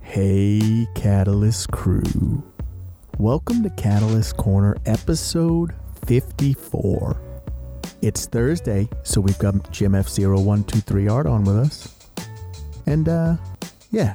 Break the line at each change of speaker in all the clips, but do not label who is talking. Hey, Catalyst crew. Welcome to Catalyst Corner, episode 54. It's Thursday, so we've got Jim F0123 Art on with us. And, uh, yeah,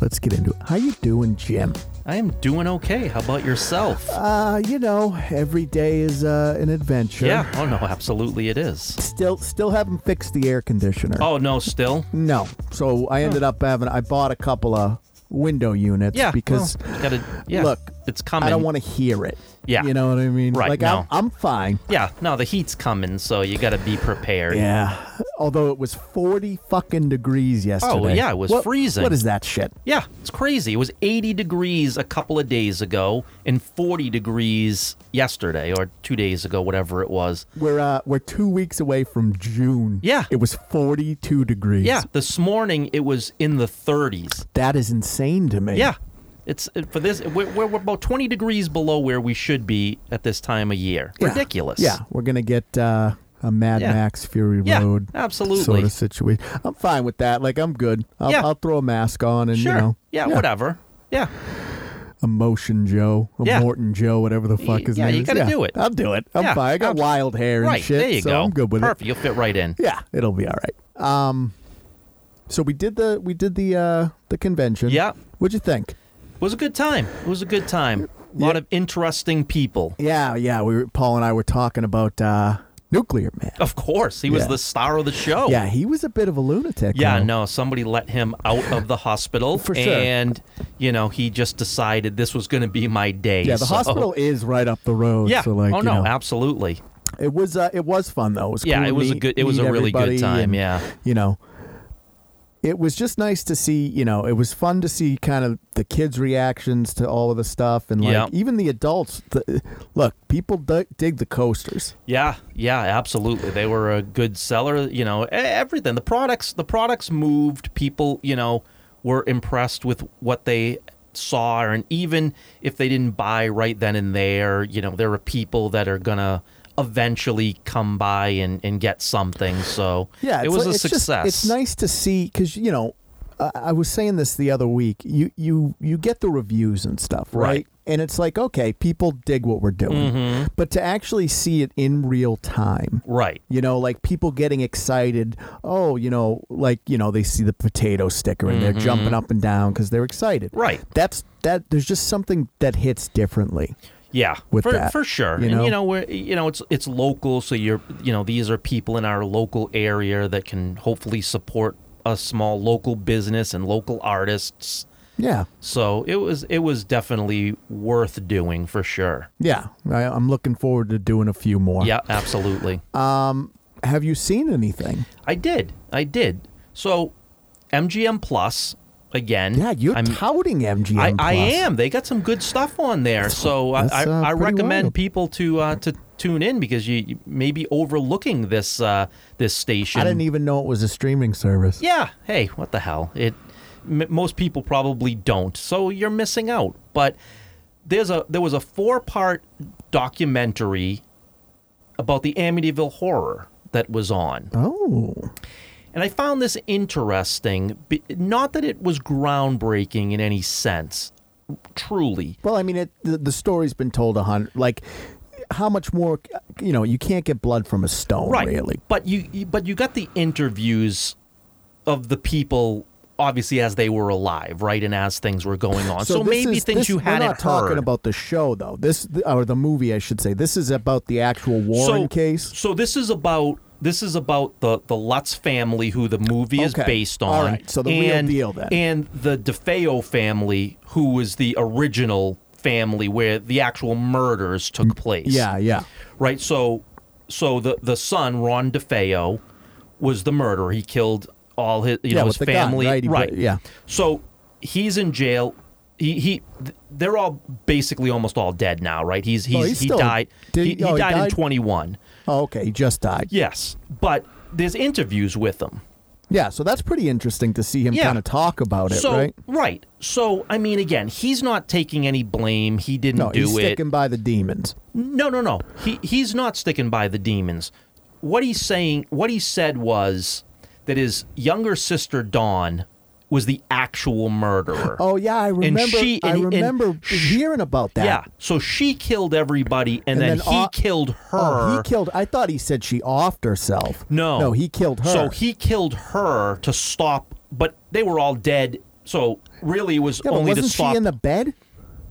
let's get into it. How you doing, Jim?
I am doing okay. How about yourself?
Uh, you know, every day is uh, an adventure.
Yeah. Oh no, absolutely it is.
Still, still haven't fixed the air conditioner.
Oh no, still.
No. So I ended up having, I bought a couple of window units
Yeah.
because
well, gotta. Yeah.
look,
it's coming.
I don't want to hear it.
Yeah.
You know what I mean?
Right,
Like,
no.
I'm, I'm fine.
Yeah. No, the heat's coming, so you gotta be prepared.
Yeah. Although it was 40 fucking degrees yesterday.
Oh, yeah, it was
What-
freezing.
What is that shit?
Yeah, it's crazy. It was 80 degrees a couple of days ago and 40 degrees yesterday or two days ago, whatever it was.
We're uh, we're two weeks away from June.
Yeah.
It was 42 degrees.
Yeah, this morning it was in the 30s.
That is insane to me.
Yeah, it's uh, for this. We're, we're we're about 20 degrees below where we should be at this time of year.
Yeah.
Ridiculous.
Yeah. We're going to get uh, a Mad
Yeah.
Max Fury
Yeah,
Road sort
absolutely.
of situation. I'm fine with that. Like, I'm good. I'll,
Yeah.
I'll throw a mask on and,
Sure.
you know.
yeah, whatever. Yeah.
A Motion Joe, a
Yeah.
Morton Joe, whatever the fuck his
yeah,
name
you
is.
gotta do it.
I'll do it. I'm
Yeah,
fine. I got
abs-
wild hair and
Right.
shit.
there you
so
go.
I'm good with it.
Perfect. You'll fit right in.
Yeah, it'll be all right. Um, so we did the we did the uh the convention.
Yeah.
What'd you think?
It was a good time. It was a good time. A lot
Yeah.
of interesting people.
Yeah, yeah. We were, Paul and I were talking about uh Nuclear Man.
Of course, he was
Yeah.
the star of the show.
Yeah, he was a bit of a lunatic.
Oh. Yeah,
though.
no, somebody let him out of the hospital.
For sure.
and, you know, he just decided this was going to be my day.
Yeah, the
so-
hospital is right up the road.
Yeah.
So like,
oh,
you
no,
know,
absolutely.
it was uh, it was fun though. It was
Yeah,
cool
it
to
was a
meet-
good- it was a
meet
really good
everybody
time,
and,
yeah.
you know, it was just nice to see. You know, it was fun to see kind of the kids' reactions to all of the stuff, and like
Yeah.
even the adults. The, look, people d- dig the coasters.
Yeah, yeah, absolutely. They were a good seller. You know, e- everything. The products, the products moved. People, you know, were impressed with what they saw, and even if they didn't buy right then and there, you know, there are people that are gonna eventually come by and, and get something. So
Yeah,
it
it's like-
was a
it's just-
success.
it's nice to see because you know, I, I was saying this the other week. You you you get the reviews and stuff, right?
Right. Mm-hmm.
And it's like okay, people dig what we're doing, but to actually see it in real time.
right?
You know, like people getting excited. Oh, you know, like you know, they see the potato sticker and they're jumping up and down because they're excited.
Mm-hmm. Right.
That's that. There's just something that hits differently.
Yeah,
with
for,
that,
for sure.
you
and
know?
you know, we're, you know, it's it's local, so you're you know, these are people in our local area that can hopefully support a small local business and local artists.
Yeah.
So it was it was definitely worth doing for sure.
Yeah. I, I'm looking forward to doing a few more.
Yeah, absolutely.
Uh, Have you seen anything?
I did, I did. So MGM Plus again.
Yeah, you're
I'm,
touting MGM.
I, I
Plus.
am. They got some good stuff on there, so I,
That's,
I,
uh,
I
pretty
recommend
wild.
people to uh, to tune in because you, you may be overlooking this uh, this station.
I didn't e- even know it was a streaming service.
Yeah. Hey, what the hell? It m- most people probably don't, so you're missing out. But there's a there was a four part documentary about the Amityville horror that was on.
Oh,
And I found this interesting, be- not that it was groundbreaking in any sense, truly.
well, I mean, it, the, the story's been told a hundred. Like, how much more? You know, you can't get blood from a stone,
right
really.
but you you- but you got the interviews of the people obviously as they were alive right and as things were going on Uh, so,
this
maybe
is-
things
this-
you hadn't
We're not talking
heard
about the show, though. This or the movie, I should say. This is about the actual Warren
so,
case.
so this is about this is about the the Lutz family who the movie is
Okay.
based on
All right. So the real
and,
deal, then.
and the DeFeo family who was the original family where the actual murders took place
Yeah, yeah.
right? So, so the the son Ron DeFeo was the murderer. He killed all his you
Yeah,
know
with
his
the gun,
family,
right? He put- yeah.
So he's in jail. He he, th- they're all basically almost all dead now, right? He's he's,
Oh, he's
he
still-
died.
did he-
he, he,
oh, he
died in
died?
twenty one.
Oh, okay. He just died.
Yes, but there's interviews with him.
Yeah. So that's pretty interesting to see him
Yeah.
kind of talk about it,
so
right?
So I mean, again, he's not taking any blame. He didn't
No,
do
he's
it.
sticking by the demons.
No, no, no. He he's not sticking by the demons. What he's saying, what he said was that his younger sister Dawn was the actual murderer.
Oh yeah, I remember.
she-
I
and- and
remember
sh-
hearing about that.
Yeah. So she killed everybody,
And
and, then,
then
he
all-
killed her.
Oh, he killed. I thought he said she offed herself.
No.
no, he killed her.
So he killed her to stop, but they were all dead. So really, it was
yeah, but
only to
wasn't
stop.
she in the bed?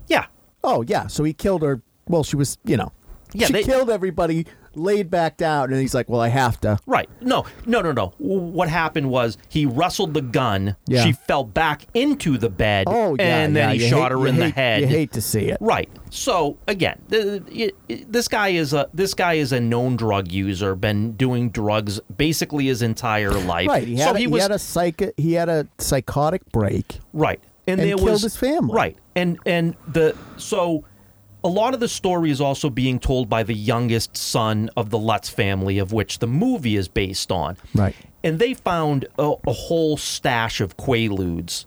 yeah.
Oh yeah, so he killed her. Well, she was, you know,
Yeah,
she
they-
killed everybody, laid back down, and he's like, "Well, I have to."
Right. No, no, no, no. What happened was he wrestled the gun.
Yeah.
She fell back into the bed.
Oh yeah,
And then
yeah,
he
you hate-
shot her
you
in the
hate-
head.
You hate to see it.
Right. So again, th- th- y- this guy is a this guy is a known drug user, been doing drugs basically his entire life.
Right. He had,
so
a,
he
he
was
had a psych. He had a psychotic break.
Right.
And
there
killed
was
his family.
Right. And and the so a lot of the story is also being told by the youngest son of the Lutz family of which the movie is based on.
Right.
And they found a, a whole stash of quaaludes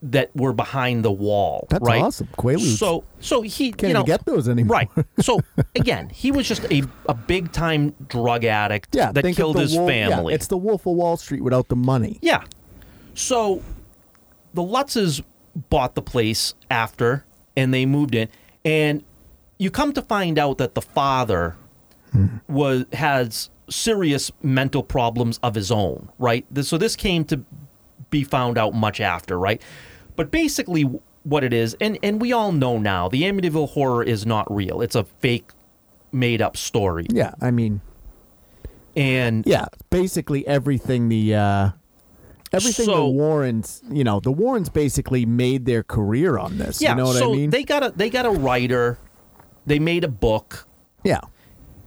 that were behind the wall.
That's
right?
awesome. Quaaludes.
So so he
Can't
you know,
even get those anymore.
Right. So again, he was just a, a big time drug addict
Yeah.
that
think of
killed
the
his
Wolf- yeah,
family.
it's the Wolf of Wall Street without the money.
Yeah. So the Lutzes bought the place after and they moved in. And you come to find out that the father
Hmm.
was has serious mental problems of his own, right? This- So this came to be found out much after, right? But basically what it is, and, and we all know now, the Amityville horror is not real. It's a fake made up story.
Yeah. I mean,
And
yeah. Basically everything the. uh Everything the
So-
Warrens, you know, the Warrens basically made their career on this.
yeah,
you know what
so
I mean?
they got a they got a writer, they made a book,
yeah,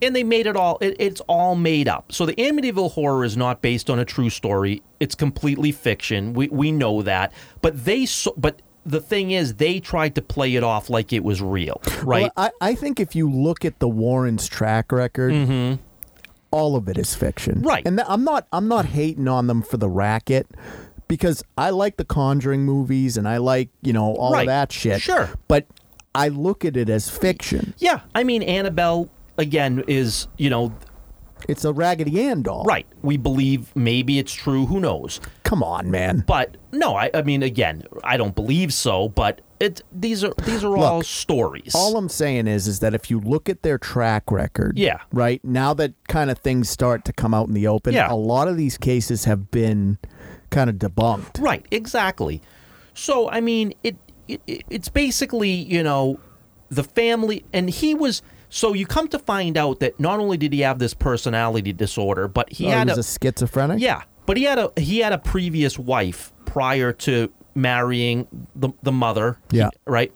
and they made it all it, it's all made up so the amityville horror is not based on a true story it's completely fiction we, we know that but they so, but the thing is they tried to play it off like it was real right
Well, uh, I, I think if you look at the Warrens' track record, all of it is fiction,
Mm-hmm. Right.
And th- I'm not I'm not hating on them for the racket because I like the Conjuring movies and I like you know all
Right.
of that shit.
Sure.
but I look at it as fiction.
yeah i mean annabelle again is you know
It's a Raggedy Ann doll,
right we believe maybe it's true who knows
Come on, man.
but no i, I mean again i don't believe so but it these are these are all
Look,
stories
All I'm saying is, is that if you look at their track record,
Yeah.
right now that kind of things start to come out in the open,
Yeah.
a lot of these cases have been kind of debunked.
Right, exactly. So I mean, it, it it's basically you know the family, and he was. So you come to find out that not only did he have this personality disorder, but he
Oh,
had
he was a, schizophrenic.
yeah, but he had a he had a previous wife prior to marrying the the mother.
Yeah.
right.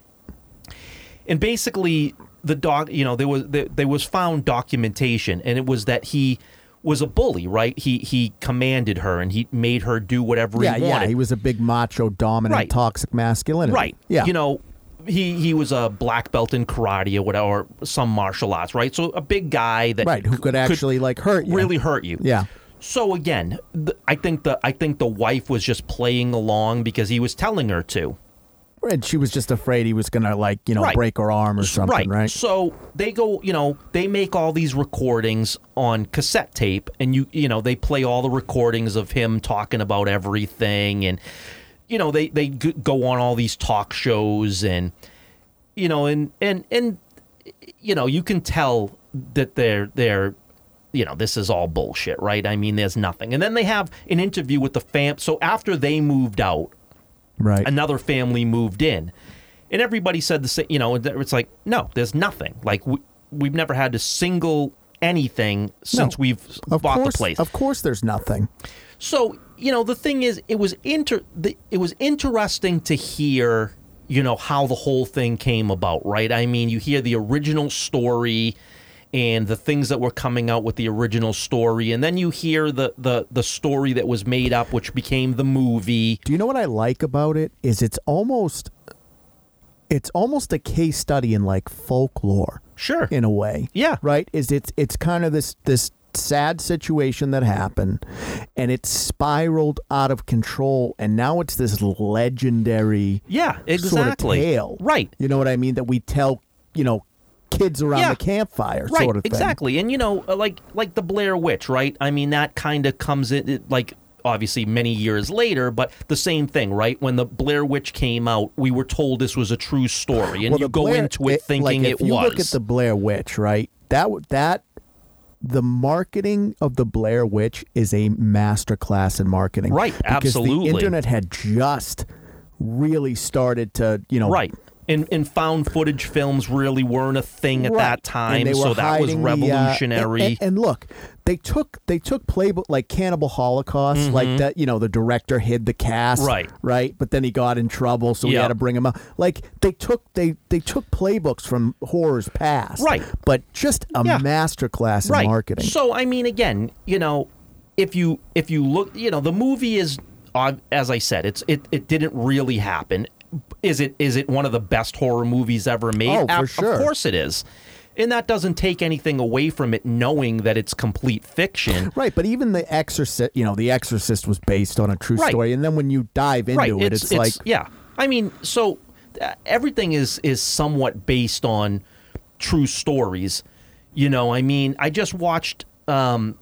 And basically, the doc, you know, there was there, there was found documentation, and it was that he was a bully, right? He he commanded her, and he made her do whatever
yeah,
he wanted.
yeah. He was a big macho, dominant,
Right.
toxic masculinity.
Right.
Yeah.
You know, he he was a black belt in karate or whatever, or some martial arts, right? So a big guy that
right. Who
c-
could actually like hurt you?
really hurt you.
Yeah.
So again, th- I think the I think the wife was just playing along because he was telling her to.
And she was just afraid he was gonna like you know
Right.
break her arm or something. Right.
So they go, you know, they make all these recordings on cassette tape and you you know, they play all the recordings of him talking about everything and you know, they they g- go on all these talk shows and you know, and and and you know, you can tell that they're they're you know, this is all bullshit, right? I mean, there's nothing. And then they have an interview with the fam. So after they moved out,
Right.
another family moved in, and everybody said the same. You know, it's like no, there's nothing. Like we, we've never had a single anything since we've
of
bought
course.
the place.
Of course, there's nothing.
So you know, the thing is, it was inter the, it was interesting to hear. You know how the whole thing came about, right? I mean, you hear the original story and the things that were coming out with the original story, and then you hear the the the story that was made up, which became the movie.
Do you know what I like about it? Is it's almost, it's almost a case study in like folklore.
Sure.
in a way.
Yeah.
Right? Is it's it's kind of this this sad situation that happened and it spiraled out of control and now it's this legendary
Yeah, exactly.
sort of tale.
Right.
You know what I mean? That we tell, you know, kids around
Yeah.
the campfire
Right.
sort of thing.
exactly. And you know, uh, like like the Blair Witch, right? I mean, that kind of comes in it, like obviously many years later, but the same thing, right? When the Blair Witch came out, we were told this was a true story, and
Well,
you
the
go
Blair-
into it, thinking
like,
it
if you
was.
look at the Blair Witch, right? That w- that the marketing of the Blair Witch is a masterclass in marketing,
Right,
Because
absolutely.
The internet had just really started to, you know,
Right. And, and found footage films really weren't a thing at
Right.
that
And
time,
they
so
were
that was
hiding the, uh, and-
revolutionary.
and, and look, they took they took playbook like Cannibal Holocaust, like that. You know, the director hid the cast,
Mm-hmm. Right.
Right, but then he got in trouble, so we
Yeah.
had to bring him out. Like they took they they took playbooks from horror's past,
Right.
But just a
Yeah.
masterclass in marketing.
So I mean, again, you know, if you if you look, you know, the movie is, uh, as I said, it's it it didn't really happen. Is it is it one of the best horror movies ever made?
Oh, for
Ab-
sure.
Of course it is. And that doesn't take anything away from it, knowing that it's complete fiction.
Right, but even The Exorcist, you know, The Exorcist was based on a true
Right.
story, and then when you dive into
right.
it, it's, like
yeah. I mean, so uh, everything is is somewhat based on true stories. You know, I mean, I just watched um,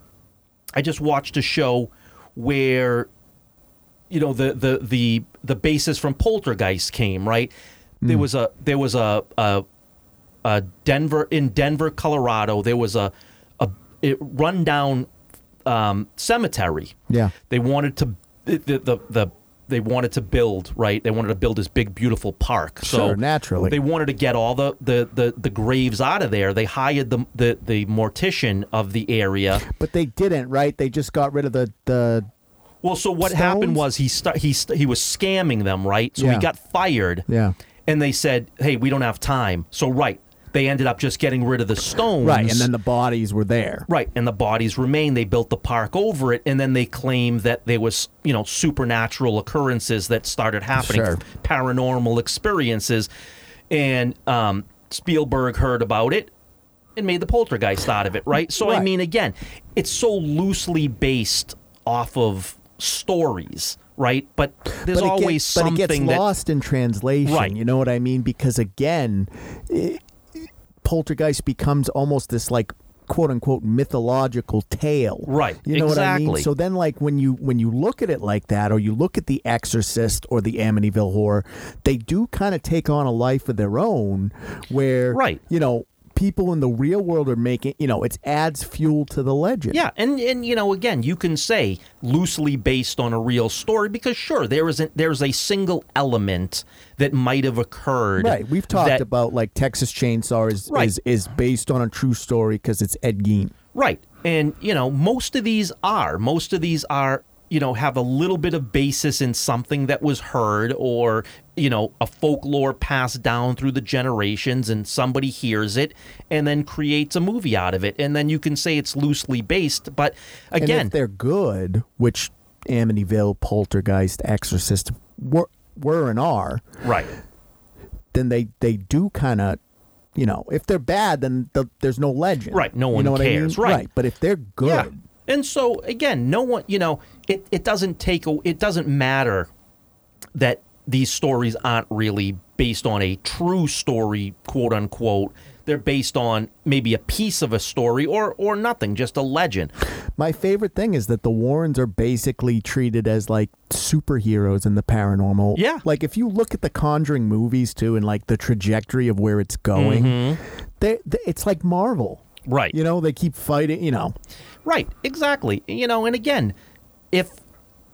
I just watched a show where you know the the the the basis from Poltergeist came right. There
Hmm.
was a there was a, a uh, Denver in Denver, Colorado. There was a a it rundown um, cemetery.
Yeah.
they wanted to the, the the the they wanted to build right. They wanted to build this big beautiful park. so
Sure, naturally.
they wanted to get all the the the, the graves out of there. They hired the, the the mortician of the area.
but they didn't, right? They just got rid of the the
Well, so what
Stones?
happened was he sta- he sta- he was scamming them, right? So
Yeah.
he got fired.
Yeah.
And they said, "Hey, we don't have time." So right, they ended up just getting rid of the stones.
right, and then the bodies were there.
Right, and the bodies remain. They built the park over it, and then they claim that there was, you know, supernatural occurrences that started happening,
Sure.
paranormal experiences, and um, Spielberg heard about it and made the poltergeist out of it. Right. So I
Right.
mean, again, it's so loosely based off of stories, right? But there's
but it get-
always something
but it gets
that
lost in translation.
Right.
You know what I mean? Because again, it- Poltergeist becomes almost this like quote unquote mythological tale.
Right.
You know what I mean?
Exactly.
So then like when you when you look at it like that or you look at The Exorcist or the Amityville horror, they do kind of take on a life of their own where
Right.
you know, people in the real world are making you know, it adds fuel to the legend.
Yeah, and and you know, again, you can say loosely based on a real story because sure, there isn't there's a single element that might have occurred.
Right. We've talked
that-
about like Texas Chainsaw is
Right.
is, is based on a true story because it's Ed Gein.
right, and you know, most of these are most of these are you know have a little bit of basis in something that was heard or you know a folklore passed down through the generations and somebody hears it and then creates a movie out of it and then you can say it's loosely based but
and
again
if they're good, which Amityville, Poltergeist, Exorcist were, were and are,
right
then they they do kind of, you know, if they're bad, then the, there's no legend,
Right, no
you
one
know what
cares,
I mean?
right.
But if they're good,
Yeah. And so again, no one, you know, it, it doesn't take a, it doesn't matter that these stories aren't really based on a true story, quote unquote. They're based on maybe a piece of a story or or nothing, just a legend.
my favorite thing is that the Warrens are basically treated as like superheroes in the paranormal.
Yeah.
like if you look at the Conjuring movies too, and like the trajectory of where it's going, they, they, it's like Marvel.
Mm-hmm. Right.
You know, they keep fighting. You know,
Right, exactly. You know, and again, if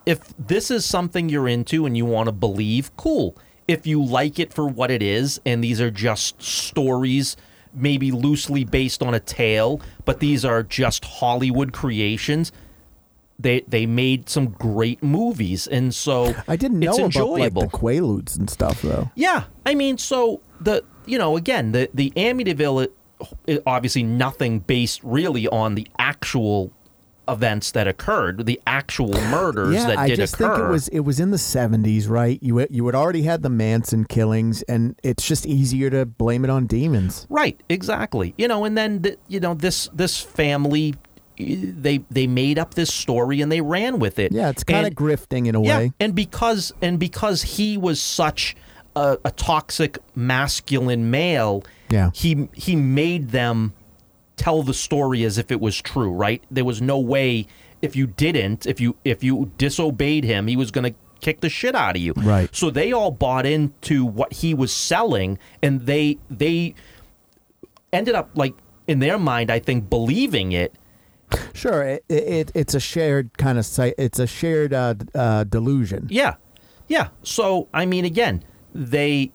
if this is something you're into and you want to believe, cool. If you like it for what it is and these are just stories maybe loosely based on a tale, but these are just Hollywood creations, they they made some great movies and so
I didn't know
it's
about
enjoyable.
like the Quaaludes and stuff though.
Yeah, I mean, so the you know again the the Amityville uh, obviously nothing based really on the actual events that occurred, the actual murders
yeah,
that
I
did
just
occur.
think it was it was in the seventies, right? You you had already had the Manson killings, and it's just easier to blame it on demons.
Right, exactly. You know, and then th you know this this family eh, they they made up this story and they ran with it.
Yeah, it's kind of
And-
grifting in a
Yeah,
way.
and because and because he was such a, a toxic masculine male,
Yeah.
he he made them tell the story as if it was true. Right, there was no way if you didn't, if you if you disobeyed him, he was going to kick the shit out of you.
Right.
So they all bought into what he was selling, and they they ended up like in their mind, I think, believing it.
Sure, it, it it's a shared kind of site. It's a shared uh, d- uh, delusion.
Yeah. Yeah. So, I mean, again, they,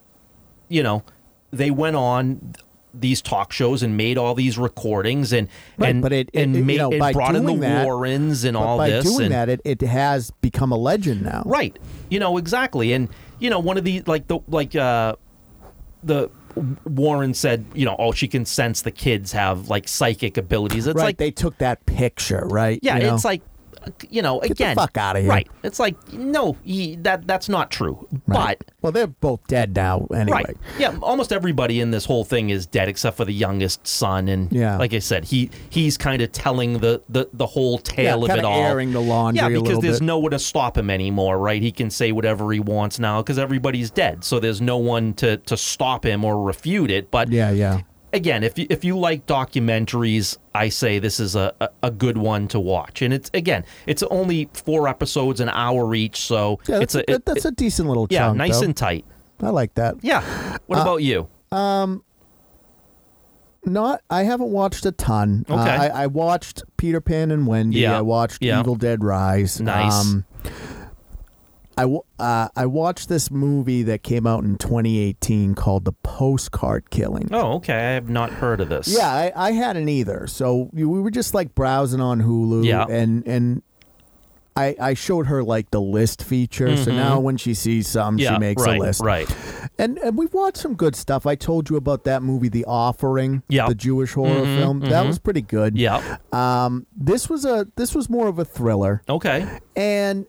you know, they went on th- these talk shows and made all these recordings and
Right,
and
but it-
and,
it- you
made,
know, by
and brought in the
doing that-
Warrens and
But
all
by
this
doing
and
that, it, it has become a legend now.
right you know exactly and you know one of the like the like uh the Warren said you know oh she can sense the kids have like psychic abilities it's
right.
like
they took that picture. Right.
yeah,
you know?
it's like you know
the
again
fuck outta here.
right it's like no he, that that's not true
Right.
but
well, they're both dead now. Anyway.
Right. Yeah. Almost everybody in this whole thing is dead except for the youngest son, and
Yeah.
like I said, he he's kind of telling the, the the whole tale of
kinda
it all,
airing the laundry
Yeah,
a
because
little
there's
bit.
no one to stop him anymore, right? He can say whatever he wants now because everybody's dead, so there's no one to to stop him or refute it. But
Yeah. Yeah.
again, if you, if you like documentaries, I say this is a, a, a good one to watch, and it's again, it's only four episodes, an hour each, so
Yeah,
it's
that's,
a
a,
it-
that's
it-
a decent little
yeah,
chunk.
nice
though. Uh,
and tight.
I like that.
Yeah. What about you?
Not, I haven't watched a ton. Uh,
Okay.
I, I watched Peter Pan and Wendy.
Yeah,
I watched
yeah.
Evil Dead Rise. Um,
Nice.
I, w- uh, I watched this movie that came out in 2018 called The Postcard Killing.
Oh, okay. I have not heard of this.
Yeah, I, I hadn't either. So we we were just like browsing on Hulu,
Yeah.
and and I I showed her like the list feature. So now when she sees some,
Mm-hmm. Yeah,
she makes
right,
a list.
Right.
And and we've watched some good stuff. I told you about that movie, The Offering,
Yeah. Mm-hmm,
the Jewish horror film. That was pretty good.
Yeah.
Um, this was a this was more of a thriller,
Okay.
and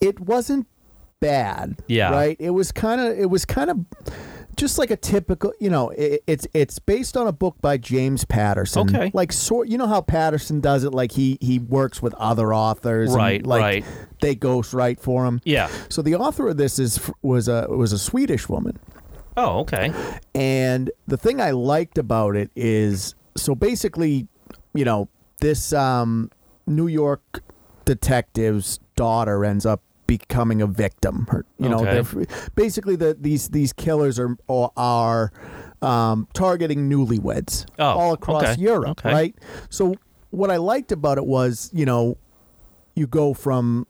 it wasn't bad.
Yeah.
Right. It was kind of it was kind of just like a typical. You know, it, it's it's based on a book by James Patterson.
Okay.
Like sort. You know how Patterson does it. Like he he works with other authors. and,
Right,
like,
right.
They ghostwrite for him.
Yeah.
So the author of this is was a was a Swedish woman.
Oh, okay.
And the thing I liked about it is so basically, you know, this um, New York detective's daughter ends up becoming a victim. Her, you know,
Okay.
they're- basically the these these killers are or are um, targeting newlyweds
Oh,
all across
okay,
Europe,
okay.
right? So what I liked about it was, you know, you go from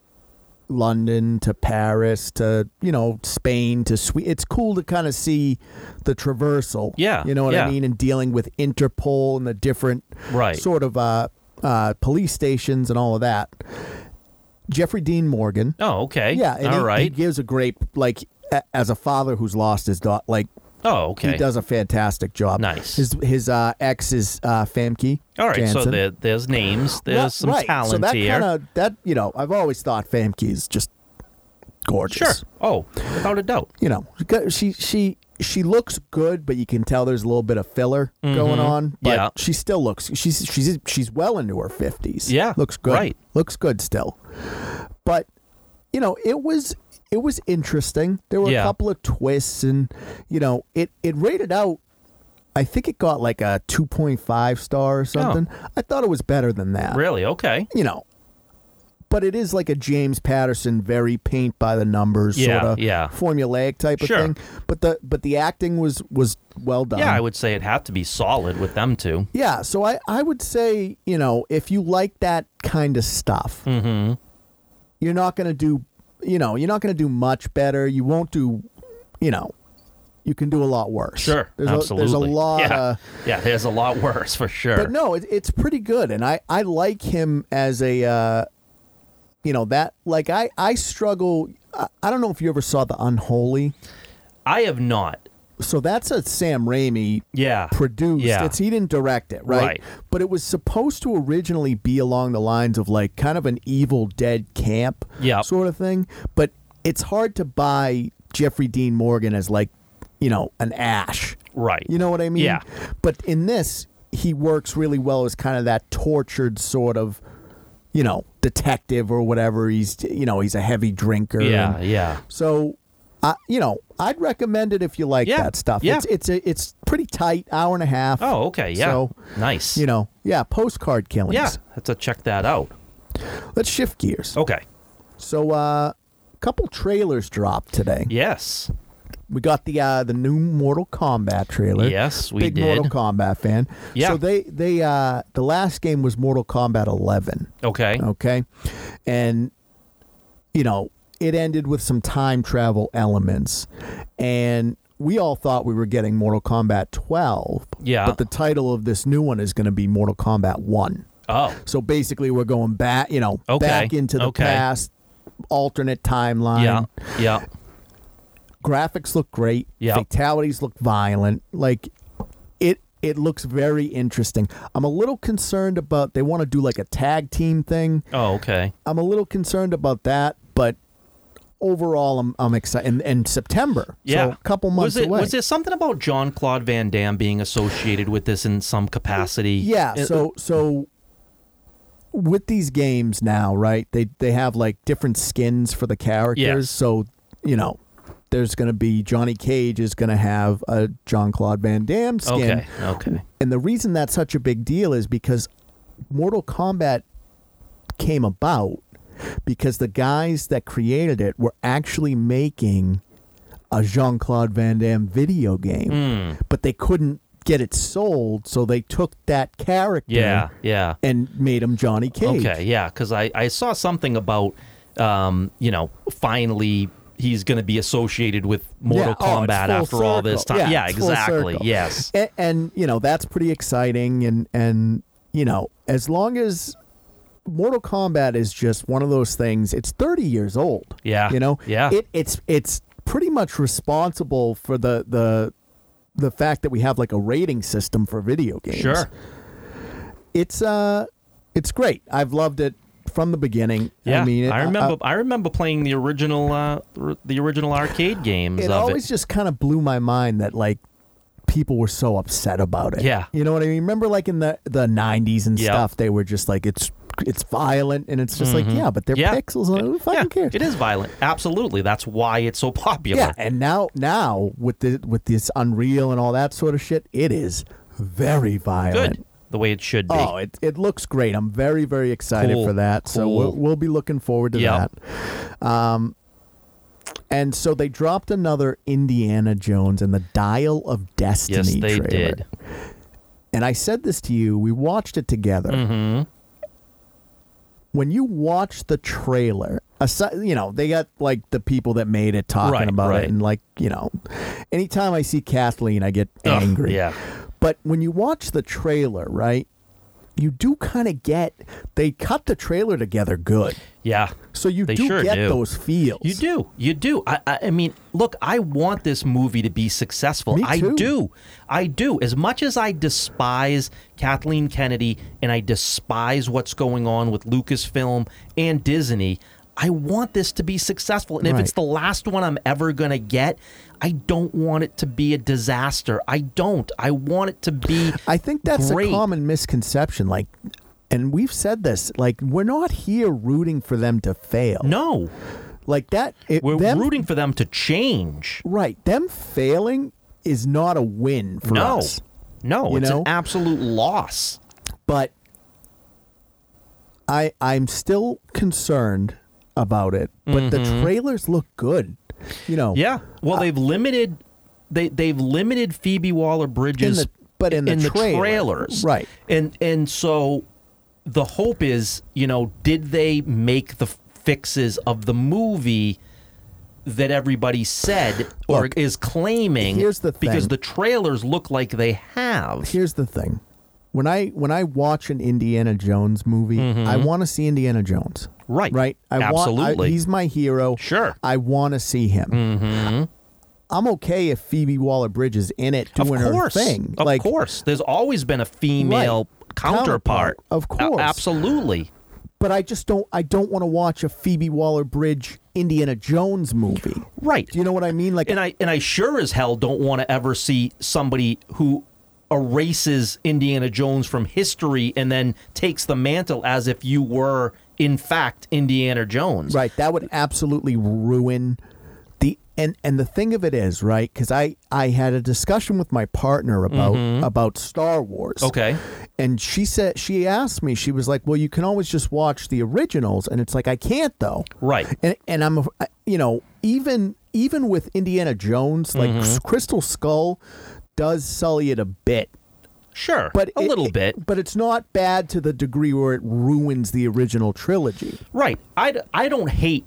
London to Paris to you know Spain to Sweden. It's cool to kind of see the traversal.
Yeah,
you know what
yeah.
I mean, and dealing with Interpol and the different
Right.
sort of uh, uh, police stations and all of that. Jeffrey Dean Morgan.
Oh, okay.
Yeah, and
All
he, he
right.
gives a great like a- as a father who's lost his daughter. Like
oh, okay.
he does a fantastic job.
Nice.
His his uh, ex is uh, Famke.
All right. So
Janssen.
there, there's names. There's
Right,
some
right.
talent
so that
here.
Kinda, that you know, I've always thought Famke is just gorgeous.
sure. Oh, without a doubt.
you know, she she she looks good, but you can tell there's a little bit of filler going on. But
Mm-hmm. Yeah.
she still looks she's she's she's well into her fifties.
Yeah,
looks good.
right.
looks good still. But you know, it was it was interesting. There were
Yeah.
a couple of twists, and you know, it it rated out. I think it got like a two point five
Oh.
star or something. I thought it was better than that
Really? Okay.
you know, but it is like a James Patterson, very paint by the numbers
Yeah,
sort of
yeah.
formulaic type of
Sure.
thing. But the but the acting was was well done.
Yeah, I would say it'd have to be solid with them two.
Yeah, so I I would say you know if you like that kind of stuff,
Mm-hmm.
you're not gonna do you know you're not gonna do much better. You won't do you know. You can do a lot worse.
Sure.
there's
absolutely.
A, there's a lot
Yeah.
of
yeah. There's a lot worse for sure.
but no, it, it's pretty good, and I I like him as a, uh, you know that like I I struggle. I, I don't know if you ever saw the Unholy.
I have not.
So that's a Sam Raimi
Yeah.
produced.
Yeah.
It's he didn't direct it, right?
Right.
But it was supposed to originally be along the lines of like kind of an Evil Dead camp,
Yep.
sort of thing. But it's hard to buy Jeffrey Dean Morgan as like, you know, an Ash.
right.
You know what I mean?
Yeah.
But in this, he works really well as kind of that tortured sort of, you know, detective or whatever. He's you know he's a heavy drinker.
Yeah.
and-
Yeah.
So, I you know I'd recommend it if you like
Yeah,
that stuff.
yeah.
It's it's a, it's pretty tight, hour and a half.
Oh, okay. Yeah.
So,
nice.
You know, yeah, postcard killings.
Yeah, let's uh, check that out.
Let's shift gears.
Okay.
So, uh, a couple trailers dropped today.
Yes.
We got the uh, the new Mortal Kombat trailer.
Yes, we
Big
did.
Mortal Kombat fan.
Yeah.
So they they uh, the last game was Mortal Kombat 11.
Okay.
Okay, and you know it ended with some time travel elements, and we all thought we were getting Mortal Kombat 12.
Yeah.
But the title of this new one is going to be Mortal Kombat 1.
Oh.
So basically, we're going back, you know,
Okay.
back into the
Okay.
past, alternate timeline.
Yeah. Yeah.
Graphics look great.
Yeah.
Fatalities look violent. Like it, it looks very interesting. I'm a little concerned about they want to do like a tag team thing.
Oh, okay.
I'm a little concerned about that, but overall, I'm I'm excited. And, and September,
Yeah.
so a couple months
was it,
away.
Was there something about John Claude Van Damme being associated with this in some capacity?
Yeah.
It-
So so with these games now, right? They they have like different skins for the characters.
Yes.
So you know, there's going to be Johnny Cage is going to have a John Claude Van Damme skin.
Okay. Okay.
And the reason that's such a big deal is because Mortal Kombat came about because the guys that created it were actually making a Jean Claude Van Damme video game,
Hmm.
but they couldn't get it sold, so they took that character
Yeah. Yeah.
and made him Johnny Cage.
Okay, yeah, because I, I saw something about, um, you know, finally he's going to be associated with Mortal
Yeah, oh, it's
Kombat
full
after all this
circle.
time.
Yeah,
Yeah,
it's full
exactly.
circle.
Yes.
and, and you know that's pretty exciting and and you know as long as Mortal Kombat is just one of those things it's 30 years old
Yeah.
you know
Yeah.
it, it's it's pretty much responsible for the the the fact that we have like a rating system for video games
Sure.
it's uh it's great I've loved it from the beginning
Yeah.
I
I,
mean it, uh,
remember. I, remember playing the original, uh, r- the original arcade games
it
of
always just kind of blew my mind that like people were so upset about it.
Yeah.
you know what I mean. Remember, like in the the nineties and
Yeah.
stuff, they were just like it's it's violent, and it's just like yeah, but they're
Mm-hmm. Yeah.
pixels, and who
it. Yeah,
fucking cares?
it is violent. Absolutely. That's why it's so popular.
yeah, and now now with the with this Unreal and all that sort of shit, it is very violent.
Good. The way it should be.
Oh, it, it looks great. I'm very, very excited
Cool,
for that. So we'll,
cool.
we'll be looking forward to
Yep.
that. Um, and so they dropped another Indiana Jones and the Dial of Destiny
yes, they
trailer.
did.
And I said this to you. We watched it together.
Mm-hmm.
When you watch the trailer, aside, you know, they got like the people that made it talking
Right,
about
right.
it. And like, you know, anytime I see Kathleen, I get
Ugh,
angry.
yeah.
But when you watch the trailer, right, you do kind of get they cut the trailer together good.
Yeah.
So you
They
do
sure
get
do.
those feels.
You do. You do. I, I, I mean, look, I want this movie to be successful.
Me
I
too.
do. I do. As much as I despise Kathleen Kennedy and I despise what's going on with Lucasfilm and Disney, I want this to be successful. And if
Right.
it's the last one I'm ever going to get, I don't want it to be a disaster. I don't. I want it to be.
I think that's
Great.
a common misconception. Like and we've said this, like we're not here rooting for them to fail.
No.
Like that it,
We're
them,
rooting for them to change.
right. Them failing is not a win for
No.
us.
No.
You
it's
know?
an absolute loss.
But I I'm still concerned about it. But the trailers look good. You know.
Mm-hmm. Yeah. Well, they've limited they they've limited Phoebe Waller Bridges,
In the- but in the trailer.
trailers,
Right.
And and so the hope is, you know, did they make the fixes of the movie? That everybody said or
Look,
is claiming
here's the
because
thing.
the trailers look like they have.
here's the thing when i when i watch an indiana jones movie i want to see indiana jones
Mm-hmm. Right.
right i want I,
Absolutely.
he's my hero
Sure. Mm-hmm.
i want to see him i'm okay if phoebe waller-bridge is in it
Of
doing
course.
her thing
Of
like
course. There's always been a female
Counterpart,
counterpart.
of
A-
course.
absolutely.
but i just don't i don't want to watch a phoebe waller-bridge indiana jones movie
Right.
do you know what i mean like
and I and I sure as hell don't want to ever see somebody who erases Indiana Jones from history and then takes the mantle as if you were in fact Indiana Jones.
Right. That would absolutely ruin the and and the thing of it is right because I I had a discussion with my partner about about Star Wars.
Mm-hmm. Okay.
and she said she asked me she was like, well, you can always just watch the originals, and it's like I can't though.
Right.
And and I'm I- you know even even with Indiana Jones like
Mm-hmm.
Crystal Skull does sully it a bit.
Sure.
But
a
it-
little
it-
bit.
but it's not bad to the degree where it ruins the original trilogy.
Right. I, d- I don't hate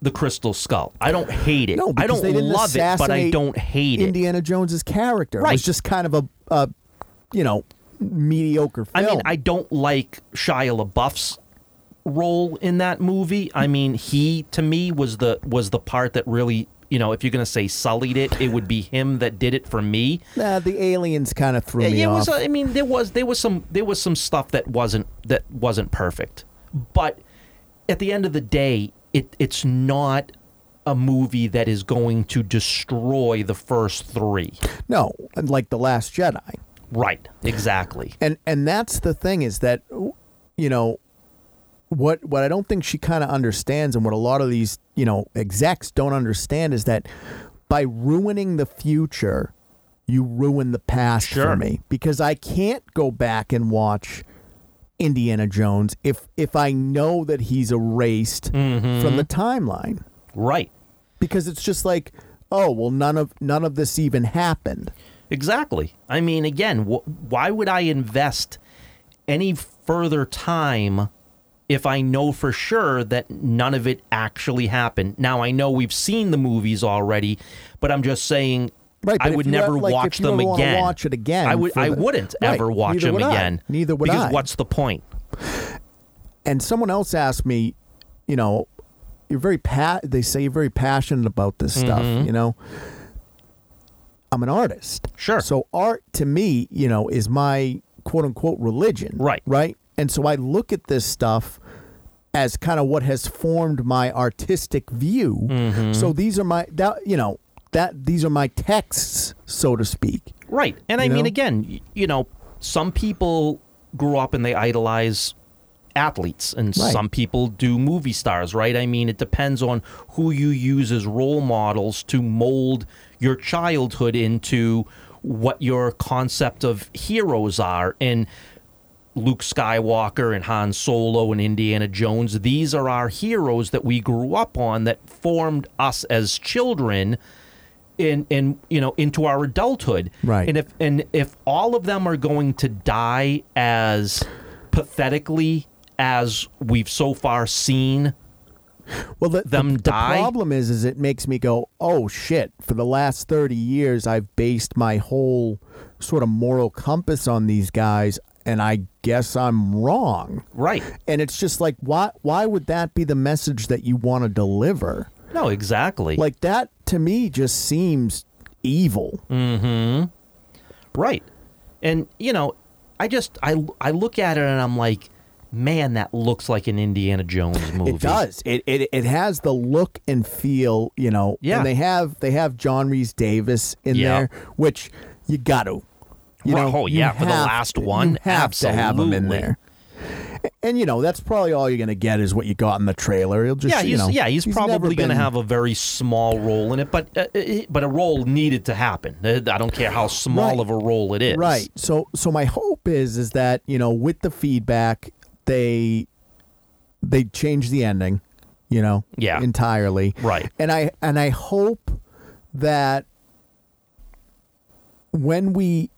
the Crystal Skull. I don't hate it.
No,
I
because
don't
they didn't
love it, but I
assassinate
don't hate it.
Indiana Jones's character. It
Right.
was just kind of a, a you know, mediocre
I
film.
mean, I don't like Shia LaBeouf's role in that movie. I mean, he to me was the was the part that really, you know, if you're going to say sullied it, it would be him that did it for me.
Nah, the aliens kind of threw me
it
off.
was. uh, I mean, there was there was some there was some stuff that wasn't that wasn't perfect, but at the end of the day, it it's not a movie that is going to destroy the first three.
no, and like The Last Jedi.
Right. Exactly.
And and that's the thing is that you know what what I don't think she kind of understands and what a lot of these, you know, execs don't understand is that by ruining the future, you ruin the past
Sure.
for me because I can't go back and watch Indiana Jones if if I know that he's erased from the timeline
Right.
because it's just like oh well none of none of this even happened
Exactly. I mean, again, wh- why would I invest any further time if I know for sure that none of it actually happened? Now, I know we've seen the movies already, but I'm just saying.
right
I
but if
would
you
never
ever- like,
watch
if you
them
ever wanna
again.
watch it again
I would.
for
I
the-
wouldn't
Right,
ever watch
neither
them
would I.
again.
neither would
because
I.
what's the point?
and someone else asked me, you know, you're very pa- they say you're very passionate about this
Mm-hmm.
stuff, you know. I'm an artist.
Sure.
So art to me, you know, is my quote unquote religion.
Right.
Right? And so I look at this stuff as kind of what has formed my artistic view.
Mm-hmm.
So these are my that you know, that these are my texts, so to speak.
Right. And I
You
mean,
know?
again, y- you know, some people grew up and they idolize athletes, and
Right.
some people do movie stars, right? I mean, it depends on who you use as role models to mold your childhood into what your concept of heroes are. And Luke Skywalker and Han Solo and Indiana Jones, these are our heroes that we grew up on that formed us as children in in you know into our adulthood
Right.
and if and if all of them are going to die as pathetically as we've so far seen
Well, the,
them
the,
die?
The problem is, is it makes me go, oh shit! For the last thirty years, I've based my whole sort of moral compass on these guys, and I guess I'm wrong.
right
And it's just like, why? Why would that be the message that you want to deliver?
no exactly
Like that to me just seems evil.
right and you know i just i i look at it and i'm like man that looks like an indiana jones movie
It does. It, it it has the look and feel, you know.
Yeah.
And they have they have John Reese Davis in
Yeah.
there, which you got to. You
Well,
know,
oh, yeah,
you
for the
have-
last
you
one,
have to have him in
absolutely.
there. And you know that's probably all you're going to get is what you got in the trailer. He'll just
yeah,
you
he's,
know,
yeah, he's, probably going to
never been-
have a very small role in it, but uh, uh, but a role needed to happen. Uh, I don't care how small
Right.
of a role it is.
Right. So so my hope is is that, you know, with the feedback, they they change the ending, you know,
Yeah.
entirely.
Right.
And I and I hope that when we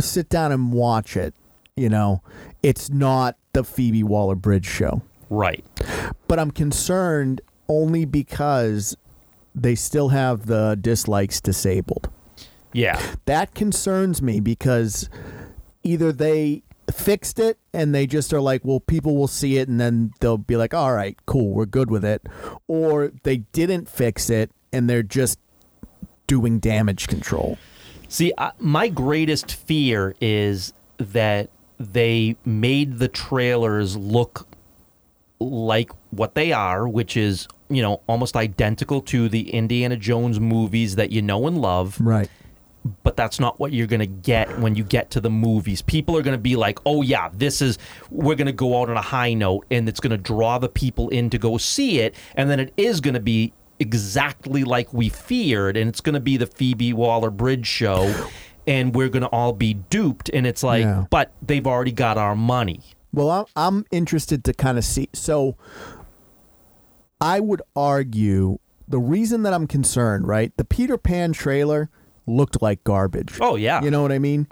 sit down and watch it, you know, it's not the Phoebe Waller-Bridge show.
Right.
But I'm concerned only because they still have the dislikes disabled
Yeah.
that concerns me because either they fixed it and they just are like well people will see it and then they'll be like all right cool we're good with it or they didn't fix it and they're just doing damage control
See, I, my greatest fear is that they made the trailers look like what they are, which is, you know, almost identical to the Indiana Jones movies that you know and love.
right
but that's not what you're going to get when you get to the movies. People are going to be like, "Oh yeah, this is we're going to go out on a high note and it's going to draw the people in to go see it and then it is going to be exactly like we feared, and it's going to be the Phoebe Waller Bridge show, and we're going to all be duped. And it's like,
Yeah.
but they've already got our money.
Well, I'm, I'm interested to kind of see. So, I would argue the reason that I'm concerned, right? The Peter Pan trailer looked like garbage.
Oh, yeah.
You know what I mean?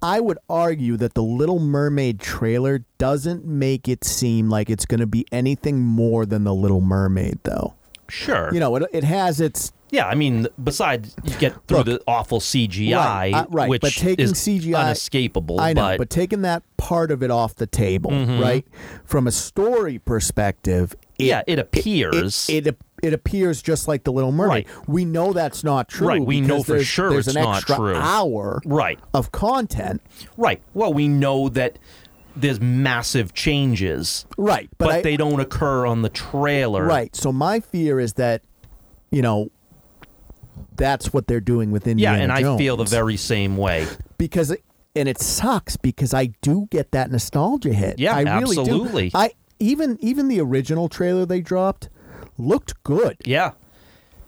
I would argue that the Little Mermaid trailer doesn't make it seem like it's going to be anything more than the Little Mermaid, though.
Sure.
You know, it, it has its
yeah, I mean, besides you get through
Look,
the awful CGI,
Right, uh, right,
which
but taking
is
CGI
unescapable.
I know, but,
but,
taking that part of it off the table,
Mm-hmm.
right? From a story perspective, it,
yeah, it
it,
appears.
it it appears just like the Little Mermaid. We know that's not true.
Right, we know
because
for
there's-
sure
there's
it's
an
not
extra
true.
hour
right.
of content,
Right. Well, we know that there's massive changes,
right? But,
but,
I,
they don't occur on the trailer.
right. So my fear is that, you know, that's what they're doing with
Yeah,
Indiana
and I
Jones.
feel the very same way.
because it, and it sucks because I do get that nostalgia hit.
Yeah,
I really
absolutely.
Do. I even even the original trailer they dropped looked good.
Yeah.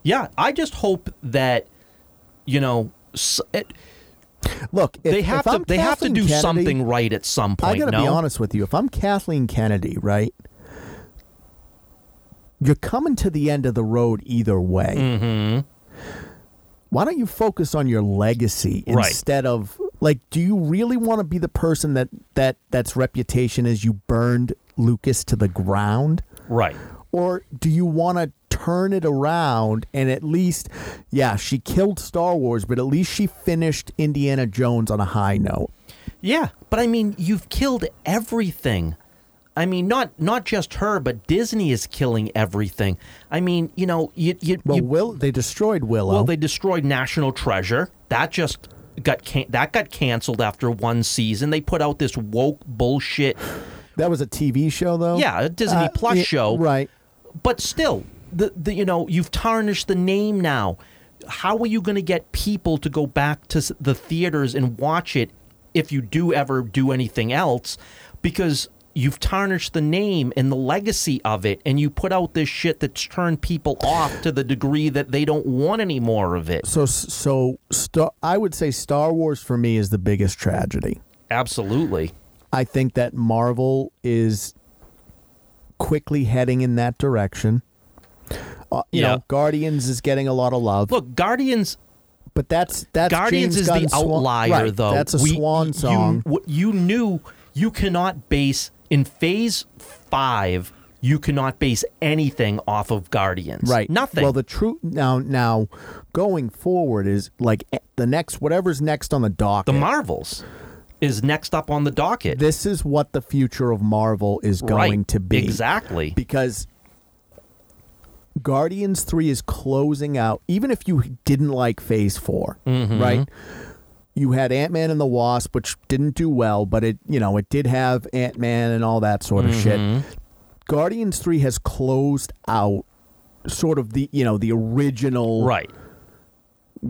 Yeah, I just hope that you know s- it,
Look, if,
they have
if
to
I'm
they have to
Kathleen
do
Kennedy,
something right at some point.
I got to
no?
be honest with you. If I'm Kathleen Kennedy, right? You're coming to the end of the road either way.
Mm-hmm.
Why don't you focus on your legacy
Right.
instead of like? Do you really want to be the person that that that's reputation is you burned Lucas to the ground?
Right.
or do you want to turn it around and at least yeah she killed star wars but at least she finished indiana jones on a high note
Yeah, but I mean, you've killed everything. I mean, not not just her, but Disney is killing everything. I mean, you know, you you,
well
you
will they destroyed willow
Well, they destroyed National Treasure. That just got can- that got canceled after one season. They put out this woke bullshit.
that was a tv show though
Yeah, a Disney
Uh,
Plus
yeah,
show.
right
But still, the, the you know you've tarnished the name now. How are you going to get people to go back to s- the theaters and watch it if you do ever do anything else? Because you've tarnished the name and the legacy of it, and you put out this shit that's turned people off to the degree that they don't want any more of it.
so so star i would say star wars for me is the biggest tragedy
Absolutely.
i think that marvel is quickly heading in that direction uh, you
Yeah.
know guardians is getting a lot of love
Look, Guardians
But that's that's James
Guardians is
Gunn's
the
swan-
outlier,
right,
though.
That's a
We-
swan
you-
song.
what You, knew you cannot base in Phase Five. You cannot base anything off of Guardians.
right.
Nothing.
Well, the truth now now going forward is like eh, the next whatever's next on the dock.
the Marvels is next up on the docket.
this is what the future of Marvel is
Right.
going to be
exactly.
because Guardians 3 is closing out even if you didn't like Phase 4,
Mm-hmm.
right? You had Ant-Man and the Wasp which didn't do well, but it, you know, it did have Ant-Man and all that sort of shit.
Mm-hmm.
Guardians 3 has closed out sort of the, you know, the original
right.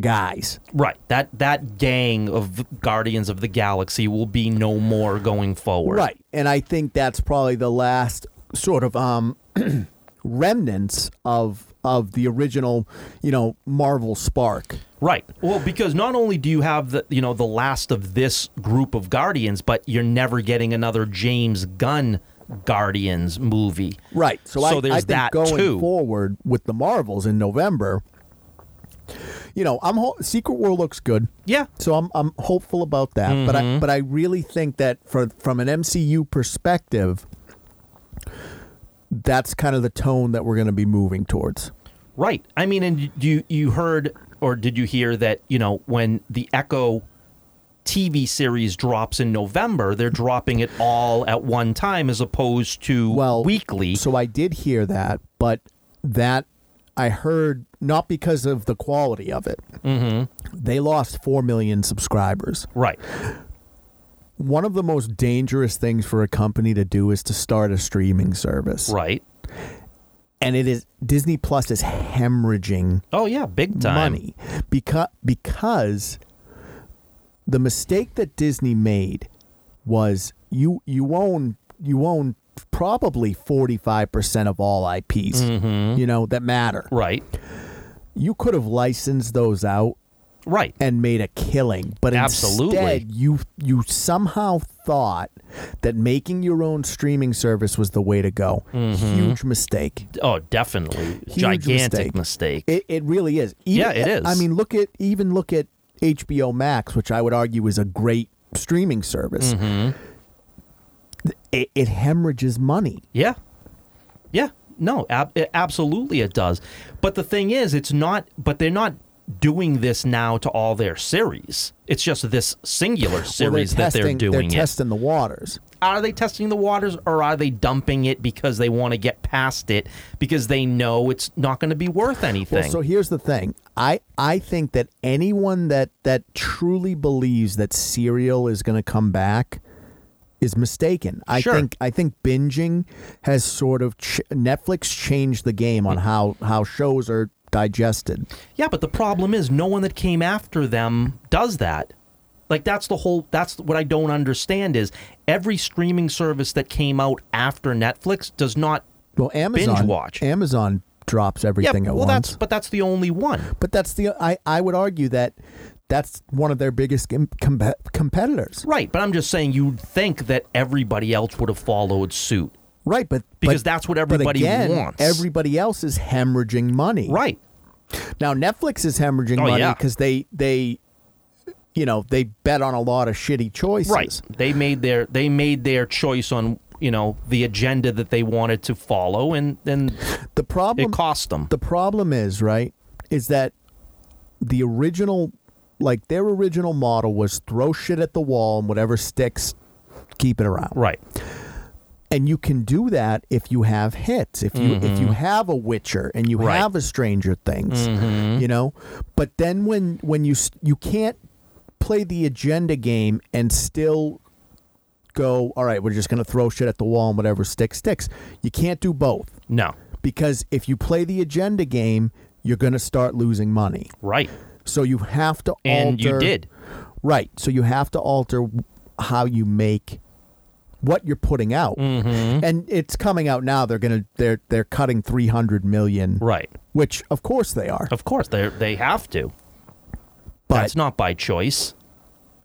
guys.
Right. That that gang of Guardians of the Galaxy will be no more going forward.
Right. And I think that's probably the last sort of um remnants of of the original, you know, Marvel spark.
Right. Well, because not only do you have the you know the last of this group of Guardians, but you're never getting another James Gunn Guardians movie.
Right. So, I,
So there's
I think
that,
going
too.
forward with the Marvels in November, you know, I'm ho- Secret War looks good.
Yeah.
So I'm I'm hopeful about that, but
Mm-hmm.
I but I really think that for from an MCU perspective, that's kind of the tone that we're going to be moving towards.
Right. I mean, and you you heard or did you hear that you know when the Echo TV series drops in November, they're dropping it all at one time as opposed to
Well,
weekly.
So I did hear that, but that I heard not because of the quality of it. Mm-hmm. They lost four million subscribers.
right.
one of the most dangerous things for a company to do is to start a streaming service.
Right.
And it is Disney Plus is hemorrhaging
Oh yeah, big time.
money because because the mistake that Disney made was you you own you own probably 45% of all IPs,
Mm-hmm.
you know, that matter.
Right.
You could have licensed those out
Right.
and made a killing, but
Absolutely.
instead you you somehow thought that making your own streaming service was the way to go.
Mm-hmm.
Huge mistake.
Oh, definitely.
Huge
Gigantic mistake.
It, it really is. Even,
Yeah, it is.
I mean, look at even look at HBO Max, which I would argue is a great streaming service.
Mm-hmm.
It, it hemorrhages money.
Yeah. Yeah. No, ab- it- absolutely it does. But the thing is, it's not, but they're not doing this now to all their series. It's just this singular
Well,
series that
testing,
they're doing
They're
it.
testing the waters.
are they testing the waters or are they dumping it because they want to get past it because they know it's not going to be worth anything?
Well, so here's the thing. I I think that anyone that that truly believes that cereal is going to come back is mistaken. I
Sure.
think I think binging has sort of ch- Netflix changed the game
Hmm.
on how how shows are digested.
Yeah, but the problem is no one that came after them does that. Like that's the whole that's what I don't understand is every streaming service that came out after Netflix does not
Well, Amazon
watch.
Amazon drops
Yeah,
everything at
well
once.
that's but that's the only one.
but that's the I I would argue that that's one of their biggest com- com- competitors.
Right, but I'm just saying you'd think that everybody else would have followed suit.
Right, but
Because
but-
that's what
but
everybody
again,
wants.
Everybody else is hemorrhaging money.
Right.
Now Netflix is hemorrhaging
Oh,
money
yeah.
because they they you know they bet on a lot of shitty choices.
Right. They made their they made their choice on, you know, the agenda that they wanted to follow and then
The problem
it cost them.
the problem is right is that the original like their original model was throw shit at the wall and whatever sticks keep it around.
Right.
And you can do that if you have hits. If you if you have a Witcher and you
Mm-hmm. Right. Mm-hmm.
have a Stranger Things, you know. But then when when you s- you can't play the agenda game and still go, all right, we're just going to throw shit at the wall and whatever sticks sticks. You can't do both
No.
because if you play the agenda game, you're going to start losing money.
Right.
So you have to
And
alter
you did.
Right. So you have to alter how you make what you're putting out.
Mm-hmm.
And it's coming out now. They're going to they're they're cutting 300 million.
Right.
Which of course they are.
Of course, they they have to.
But
That's not by choice,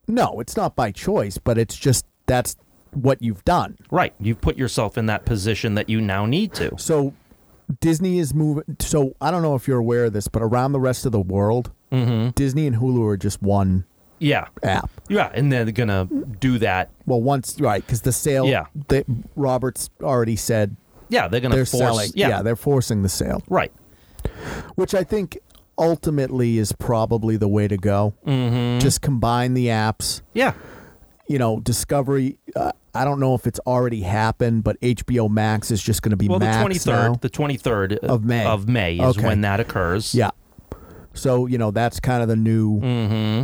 no, it's not by choice, but it's just that's what you've done.
right? You've put yourself in that position that you now need to.
So Disney is moving so I don't know if you're aware of this, but around the rest of the world,
Mm-hmm.
Disney and Hulu are just one
Yeah,
app.
yeah, and they're gonna do that.
Well, once right cuz the sale
Yeah.
that Roberts already said
Yeah, they're gonna
they're
force.
selling.
Yeah,
yeah, they're forcing the sale.
right.
which I think ultimately is probably the way to go. Mm-hmm. Just combine the apps.
Yeah,
You know, Discovery. Uh, I don't know if it's already happened, but HBO Max is just going to be
well,
Max
the twenty
now.
third, the twenty third
Of May.
of May is
Okay.
when that occurs.
yeah. So you know that's kind of the new.
Mm-hmm.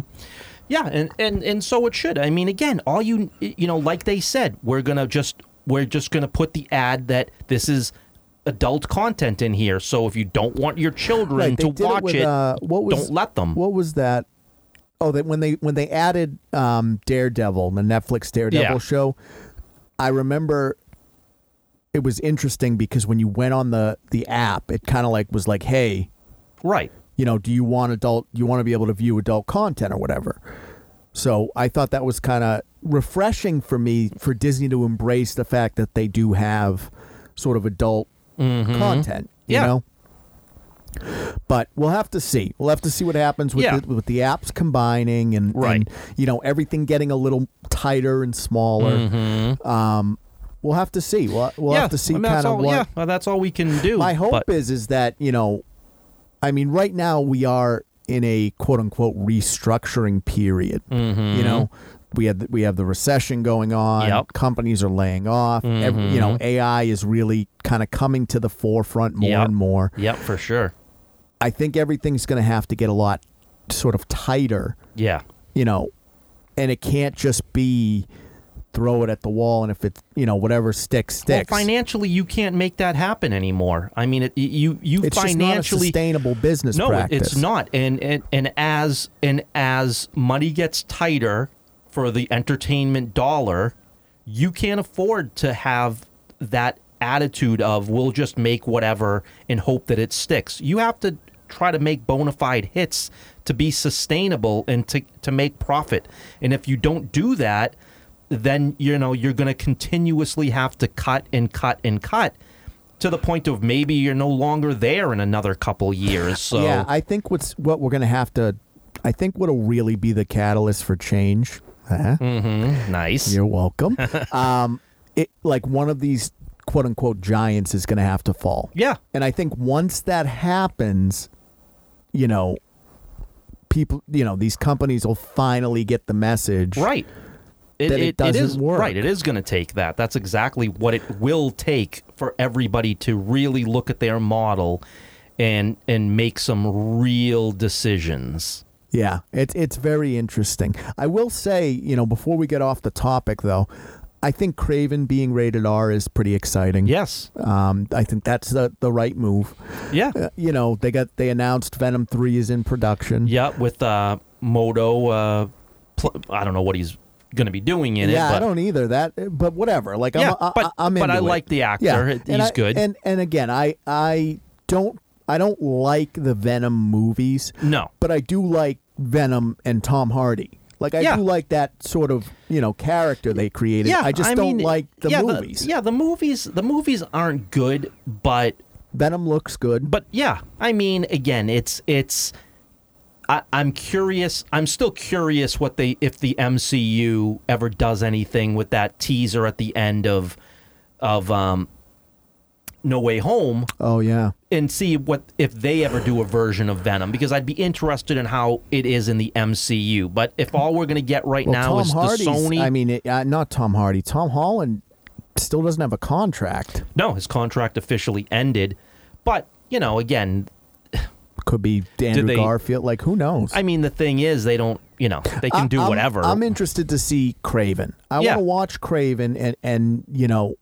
yeah, and and and so it should. I mean, again, all you you know, like they said, we're gonna just we're just gonna put the ad that this is adult content in here. So if you don't want your children
Right, they
to
did
watch
it, with, uh, what was
don't let them.
What was that? Oh, that when they when they added um, Daredevil, the Netflix Daredevil
Yeah.
show. I remember it was interesting because when you went on the the app, it kind of like was like, hey,
right.
you know, do you want adult, you want to be able to view adult content or whatever. So I thought that was kind of refreshing for me for Disney to embrace the fact that they do have sort of adult content, you
Mm-hmm. Yeah.
know? But we'll have to see. We'll have to see what happens with,
Yeah.
the, with the apps combining and,
Right.
and, you know, everything getting a little tighter and smaller. Um, we'll have to see. We'll, we'll have to see
Mm-hmm. I mean, that's
kind of
all-
what.
Yeah, well, that's all we can do.
My hope
but-
is is that you know, I mean, right now we are in a quote unquote restructuring period. You know, we had we have the recession going on.
Mm-hmm. Yep. Mm-hmm.
Companies are laying off. Every- you know, AI is really kind of coming to the forefront more
Yep.
and more.
Yep, for sure.
I think everything's going to have to get a lot sort of tighter.
Yeah,
You know, and it can't just be throw it at the wall and if it's you know whatever sticks sticks.
Well, financially, you can't make that happen anymore. I mean, it, you you
it's just not a
financially
sustainable business
no, it-
practice.
it's not. And, and and as and as money gets tighter for the entertainment dollar, you can't afford to have that attitude of we'll just make whatever and hope that it sticks. You have to try to make bona fide hits to be sustainable and to, to make profit. And if you don't do that, then you know you're going to continuously have to cut and cut and cut to the point of maybe you're no longer there in another couple years. So
yeah, I think what's what we're going to have to. I think what'll really be the catalyst for change. Huh?
Mhm, nice.
You're welcome. um, it like one of these quote unquote giants is going to have to fall.
Yeah.
And I think once that happens, you know, people, you know, these companies will finally get the message.
Right. It,
That it doesn't
is,
work.
Right. It is going to take that. That's exactly what it will take for everybody to really look at their model and and make some real decisions.
Yeah, it's it's very interesting. I will say, you know, before we get off the topic though, I think Craven being rated R is pretty exciting.
Yes.
Um, I think that's the, the right move.
Yeah.
Uh, you know, they got they announced Venom 3 is in production.
Yeah. With uh, Moto, uh, pl- I don't know what he's going to be doing in
yeah,
it. But
I don't either. That, but whatever. Like,
Yeah,
I'm,
but-
I, I'm
but
into
I
it.
like the actor. He's
and I-
good.
And and again, I I don't I don't like the Venom movies,
No.
but I do like Venom and Tom Hardy. Like I
Yeah.
do like that sort of you know character they created. I just don't
mean,
like the
yeah,
movies.
yeah, the movies. The movies aren't good, but
Venom looks good.
but yeah, I mean, again, it's it's. I, I'm curious. I'm still curious what they if the MCU ever does anything with that teaser at the end of of um, No Way Home
oh yeah,
and see what if they ever do a version of Venom because I'd be interested in how it is in the MCU. But if all we're gonna get right
well,
now
Tom
is
Hardy's.
the Sony,
I mean, it, uh, not Tom Hardy. Tom Holland still doesn't have a contract.
no, his contract officially ended. But you know, again,
Could be Andrew
they-
Garfield. Like who knows?
I mean, the thing is, they don't. You know, they can
I-
do
I'm-
whatever.
I'm interested to see Craven. I
Yeah.
want to watch Craven, and and you know,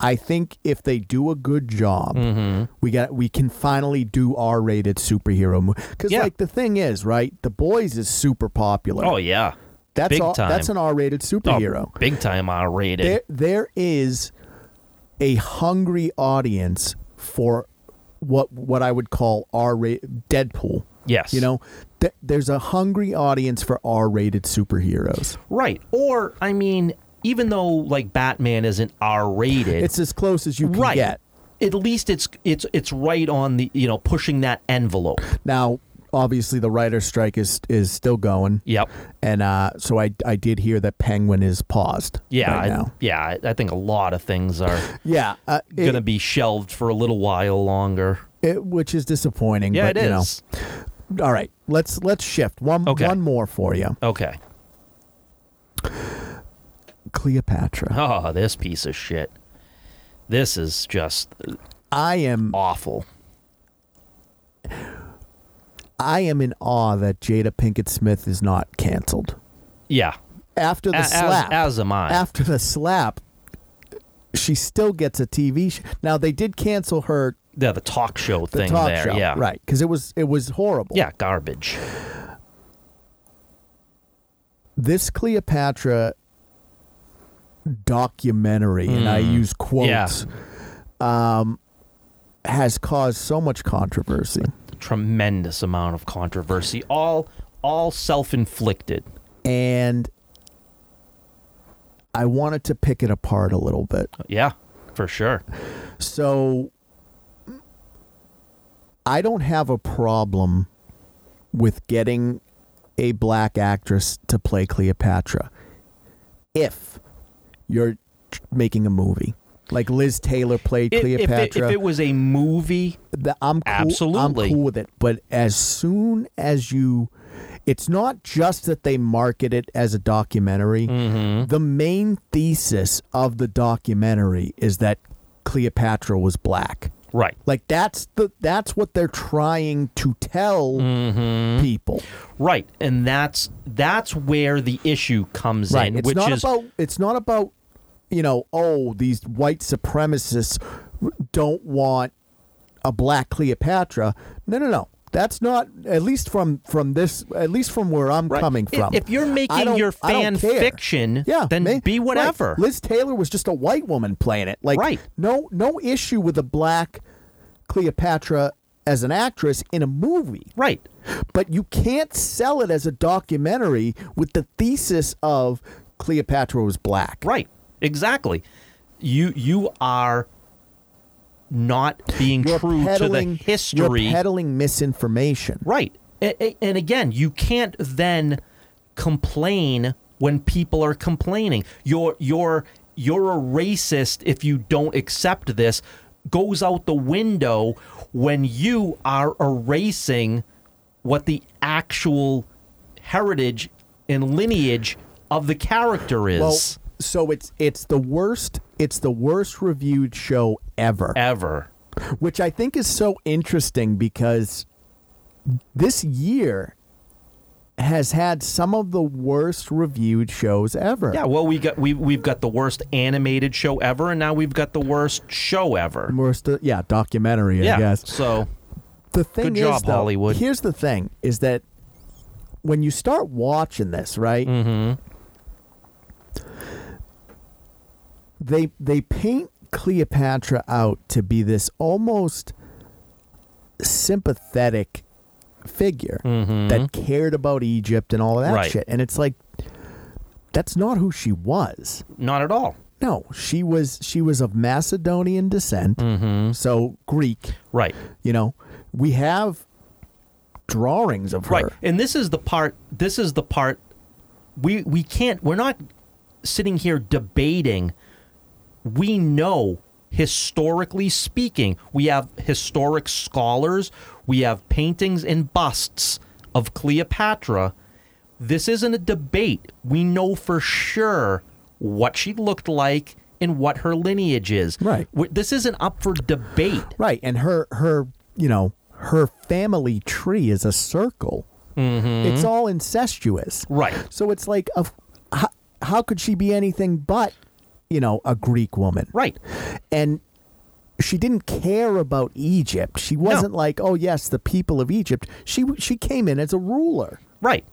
I think if they do a good job,
Mm-hmm.
we got we can finally do R-rated superhero movie. Because
Yeah.
like the thing is, right? The Boys is super popular.
oh yeah,
that's
big
all-
time.
That's an R-rated
Oh,
superhero.
big time R rated.
There there is a hungry audience for what what I would call R-rated Deadpool.
yes,
You know, Th- there's a hungry audience for R-rated superheroes.
right? Or I mean, even though like Batman isn't R rated,
It's as close as you can
right.
get.
At least it's it's it's right on the you know pushing that envelope.
Now, obviously, the writer's strike is is still going.
Yep.
And uh, so I I did hear that Penguin is paused.
Yeah,
right
I-
now.
yeah. I- I think a lot of things are
yeah. Uh, it-
going to be shelved for a little while longer.
it- which is disappointing.
Yeah,
but,
it
you know.
is.
all right, let's let's shift one
Okay.
one more for you,
Okay.
Cleopatra.
Oh, this piece of shit. This is just
I am
awful.
I am in awe that Jada Pinkett Smith is not canceled
Yeah.
after the
A- as-
slap.
as am I.
After the slap, she still gets a TV. Sh- now they did cancel her
Yeah, the talk show
the
thing
talk
there.
show,
yeah.
right? Because it was it was horrible.
Yeah, garbage.
this Cleopatra documentary, and I
Mm.
use quotes,
Yeah.
um, has caused so much controversy.
Tremendous amount of controversy. All all self-inflicted.
And I wanted to pick it apart a little bit.
Yeah, for sure.
So I don't have a problem with getting a black actress to play Cleopatra if you're tr- making a movie. Like Liz Taylor played
If- if it- If it,
Cleopatra.
was a movie,
The- I'm cool,
Absolutely.
I'm cool with it. But as soon as you, it's not just that they market it as a documentary.
Mm-hmm.
The main thesis of the documentary is that Cleopatra was black.
right.
Like that's the that's what they're trying to tell
Mm-hmm.
people.
Right. And that's that's where the issue comes
Right.
in,
it's
which
not
is
about it's not about you know, oh, these white supremacists don't want a black Cleopatra. No, no, no. That's not at least from from this at least from where I'm
Right.
coming
I-
from.
If you're
I
making
don't-
your
I don't
fan
care.
fiction,
yeah,
then
may-
be
right.
whatever.
Liz Taylor was just a white woman playing it. Like
Right.
no no issue with a black Cleopatra as an actress in a movie.
Right.
But you can't sell it as a documentary with the thesis of Cleopatra was black.
Right. Exactly. You you are not being
You're
true
peddling,
to the history.
You're peddling misinformation.
Right. A- a- And again, you can't then complain when people are complaining. You're you're you're a racist if you don't accept this goes out the window when you are erasing what the actual heritage and lineage of the character is
Well, so it's it's the worst it's the worst reviewed show ever,
ever.
which I think is so interesting because this year has had some of the worst reviewed shows ever.
Yeah, well we got we we've got the worst animated show ever and now we've got the worst show ever.
Worst, uh, yeah, documentary, I
Yeah.
guess.
So
the thing
Good
is,
job,
though,
Hollywood.
Here's the thing: is that when you start watching this, right?
Mm-hmm.
They they paint Cleopatra out to be this almost sympathetic figure that cared about Egypt and all of that
Mm-hmm. Right.
shit, and it's like that's not who she was.
not at all.
No, she was she was of Macedonian descent,
Mm-hmm.
so Greek.
Right.
You know, we have drawings of her.
Right. And this is the part this is the part we we can't we're not sitting here debating. We know historically speaking, we have historic scholars, we have paintings and busts of Cleopatra. This isn't a debate. We know for sure what she looked like and what her lineage is.
Right.
We- This isn't up for debate.
Right, and her her you know her family tree is a circle. It's all incestuous.
Mm-hmm. Right.
So it's like a, how, how could she be anything but you know a Greek woman?
Right.
and she didn't care about Egypt. She wasn't like, oh yes, the people of Egypt. She she came in as a ruler.
Right.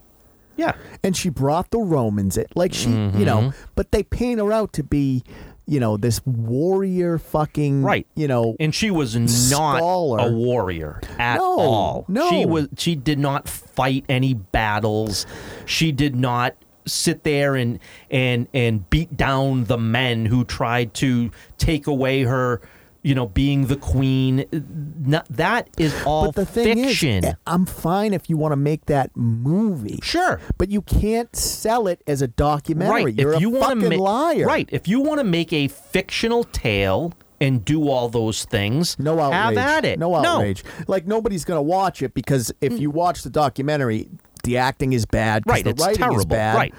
Yeah.
and she brought the Romans in. Like she, you know,
Mm-hmm.
but they paint her out to be, you know, this warrior fucking,
Right.
You know,
and she was not
Scholar.
a warrior at
No,
all.
no.
she was. She did not fight any battles. She did not sit there and and and beat down the men who tried to take away her. You know, being the queen. No- that is all
but the thing
fiction.
is, eh, I'm fine if you want to make that movie,
sure.
but you can't sell it as a documentary.
Right.
You're
if
a
you want
fucking
to
liar.
Right. If you want to make a fictional tale and do all those things,
No outrage.
have at it. Mm.
No outrage. Like nobody's gonna watch it because if you watch the documentary, the acting is bad. 'cause
Right.
The
It's
writing
terrible.
is bad.
Right.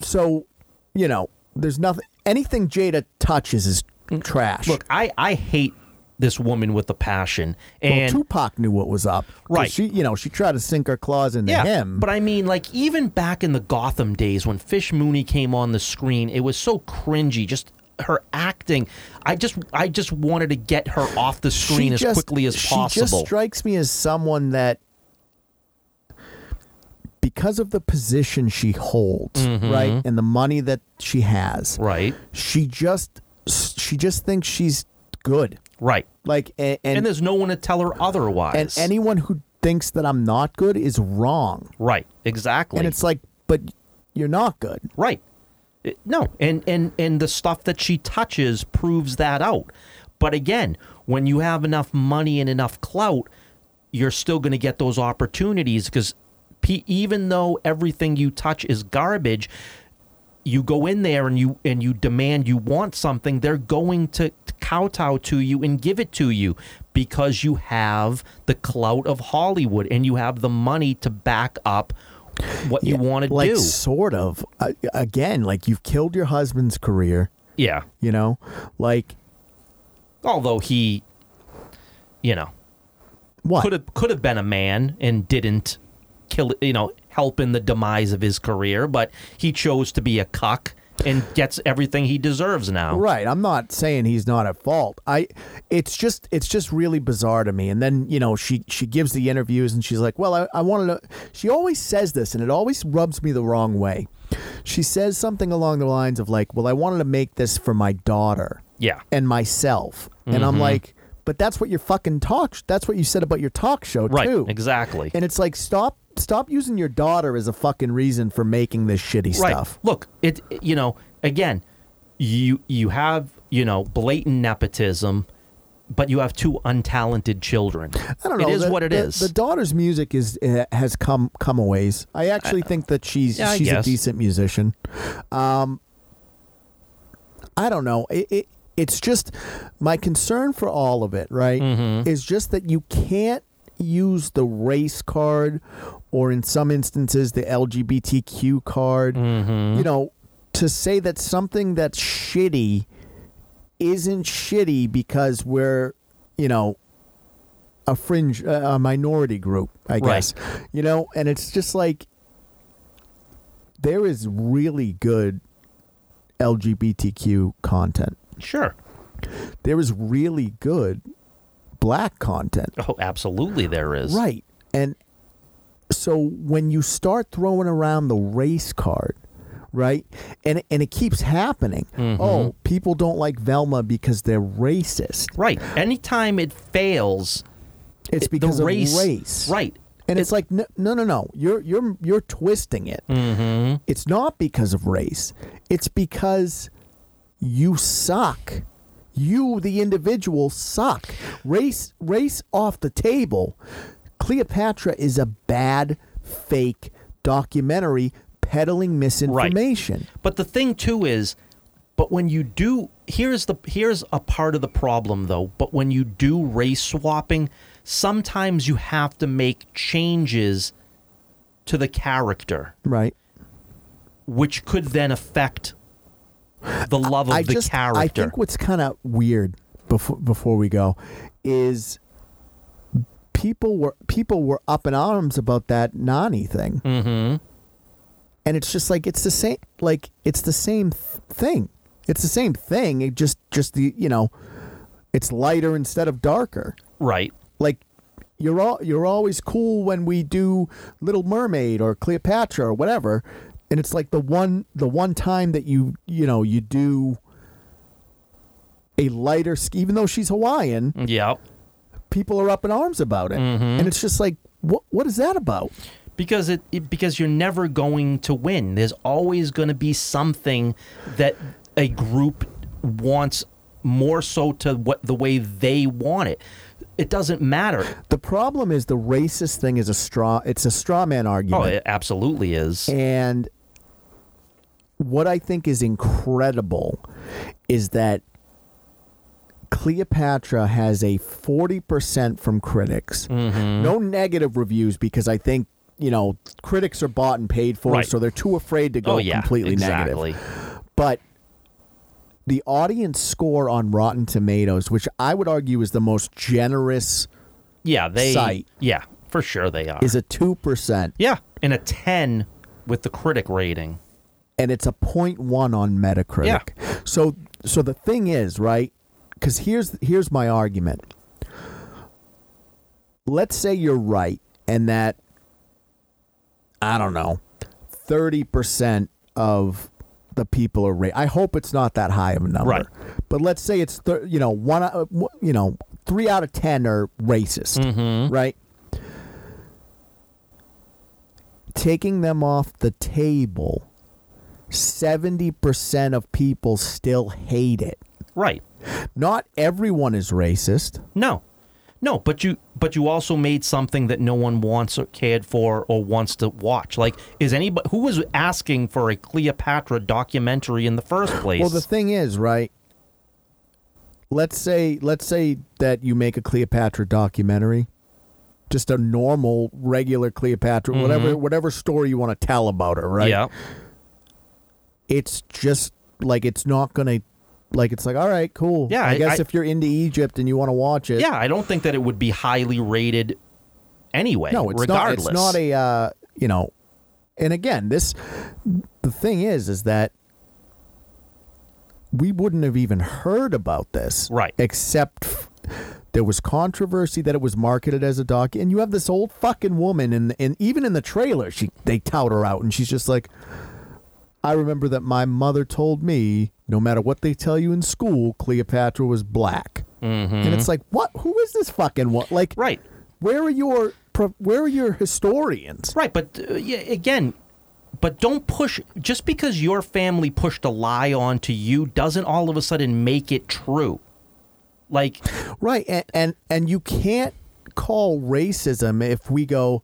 So, you know, there's nothing. Anything Jada touches is trash.
Mm. Look, I, I hate this woman with a passion.
Well,
And
Tupac knew what was up. 'Cause
Right.
She, you know, she tried to sink her claws into
yeah,
him.
but I mean, like even back in the Gotham days when Fish Mooney came on the screen, it was so cringy. Just her acting, I just I just wanted to get her off the
she
screen as
just-
quickly as
She just
possible.
strikes me as someone that, because of the position she holds, right, and the money that she has,
Mm-hmm. right,
she just she just thinks she's good.
right.
Like and
And,
and,
there's no one to tell her
and
otherwise.
anyone who thinks that I'm not good is wrong.
right, exactly.
And it's like, but you're not good.
Right. It- No, and and and the stuff that she touches proves that out. But again, when you have enough money and enough clout, you're still going to get those opportunities because pe- even though everything you touch is garbage, you go in there and you and you demand you want something, they're going to kowtow to you and give it to you because you have the clout of Hollywood and you have the money to back up what you want to
like
do.
sort of uh, again like you've killed your husband's career
Yeah.
you know like
although he you know
what
could have could have been a man and didn't kill you know help in the demise of his career but he chose to be a cuck and gets everything he deserves now.
Right. I'm not saying he's not at fault. I it's just it's just really bizarre to me. And then, you know, she she gives the interviews and she's like, Well, I, I wanted to she always says this and it always rubs me the wrong way. She says something along the lines of like, Well, I wanted to make this for my daughter
Yeah.
and myself. And
Mm-hmm.
I'm like, but that's what your fucking talk that's what you said about your talk show
Right.
too.
Exactly.
And it's like stop stop using your daughter as a fucking reason for making this shitty
right.
stuff.
Look, it you know, again, you you have, you know, blatant nepotism, but you have two untalented children.
I don't know.
It is
the,
what it
the-
is.
The daughter's music is uh, has come come a ways. I actually think that she's
Yeah, I
she's a
guess.
decent musician. Um, I don't know. It, it it's just my concern for all of it, right?
Mm-hmm.
Is just that you can't use the race card, or in some instances the LGBTQ card.
Mm-hmm.
You know, to say that something that's shitty isn't shitty because we're you know a fringe uh, a minority group i
Right.
guess you know and it's just like there is really good lgbtq content
sure.
there is really good black content
Oh, absolutely there is.
right and so when you start throwing around the race card right and and it keeps happening
Mm-hmm.
oh people don't like velma because they're racist
Right. Anytime it fails,
it's because
the race,
of race
Right.
And it's like no, no, no, no. You're you're you're twisting it. It's not because of race. It's because you suck. You, the individual, suck. Race race off the table. Cleopatra is a bad fake documentary peddling misinformation.
But the thing too is, but when you do, here's the here's a part of the problem though. But when you do race swapping, sometimes you have to make changes to the character,
Right.
which could then affect the love of
I
the
just I
character.
think what's kind of weird before before we go is people were people were up in arms about that Nani thing. Mm-hmm. And it's just like it's the same like it's the same th- thing. It's the same thing. It just just the you know, it's lighter instead of darker.
right.
Like you're all you're always cool when we do Little Mermaid or Cleopatra or whatever. And it's like the one the one time that you you know you do a lighter sk- even though she's Hawaiian,
Yeah.
people are up in arms about it. And it's just like what what is that about?
Because it, it because you're never going to win. There's always going to be something that a group wants more so to what the way they want it. It doesn't matter.
The problem is the racist thing is a straw it's a straw man
Oh,
argument.
it absolutely is.
Oh, And what I think is incredible is that Cleopatra has a 40% from critics.
Mm-hmm.
No negative reviews because I think, you know, critics are bought and paid for,
Right.
so they're too afraid to go
oh, yeah,
completely negative
exactly.
but the audience score on Rotten Tomatoes, which I would argue is the most generous,
Yeah, they.
Sight.
Yeah, for sure they are.
is a 2%,
yeah, and a ten with the critic rating.
and it's a 0.1 on Metacritic. So so the thing is, right? Cuz here's here's my argument. Let's say you're right and that I don't know, 30% of the people are ra- I hope it's not that high of a number.
Right.
But let's say it's thir- you know, one out- uh, w- you know, 3 out of 10 are racist, right? Taking them off the table, 70% of people still hate it.
Right.
Not everyone is racist.
No, no, but you but you also made something that no one wants or cared for or wants to watch. Like, is anybody who was asking for a Cleopatra documentary in the first place?
Well, the thing is, right? Let's say let's say that you make a Cleopatra documentary, just a normal, regular Cleopatra, whatever whatever story you want to tell about her, right?
Mm-hmm. yeah,
It's just like it's not gonna, like it's like all right, cool.
Yeah,
I,
I-
guess
I-
if you're into Egypt and you want to watch it,
yeah. I don't think that it would be highly rated anyway.
No, it's
regardless.
not. It's not a uh, you know. And again, this the thing is, is that we wouldn't have even heard about this,
Right.
Except f- there was controversy that it was marketed as a doc, and you have this old fucking woman, and and even in the trailer, she they tout her out, and she's just like, I remember that my mother told me, no matter what they tell you in school, Cleopatra was black, and it's like, what? Who is this fucking what? Like,
Mm-hmm. Right.
Where are your pro- where are your historians?
Right, but uh, yeah, again, but don't push just because your family pushed a lie onto you doesn't all of a sudden make it true. Like
Right, and and, and you can't call racism if we go.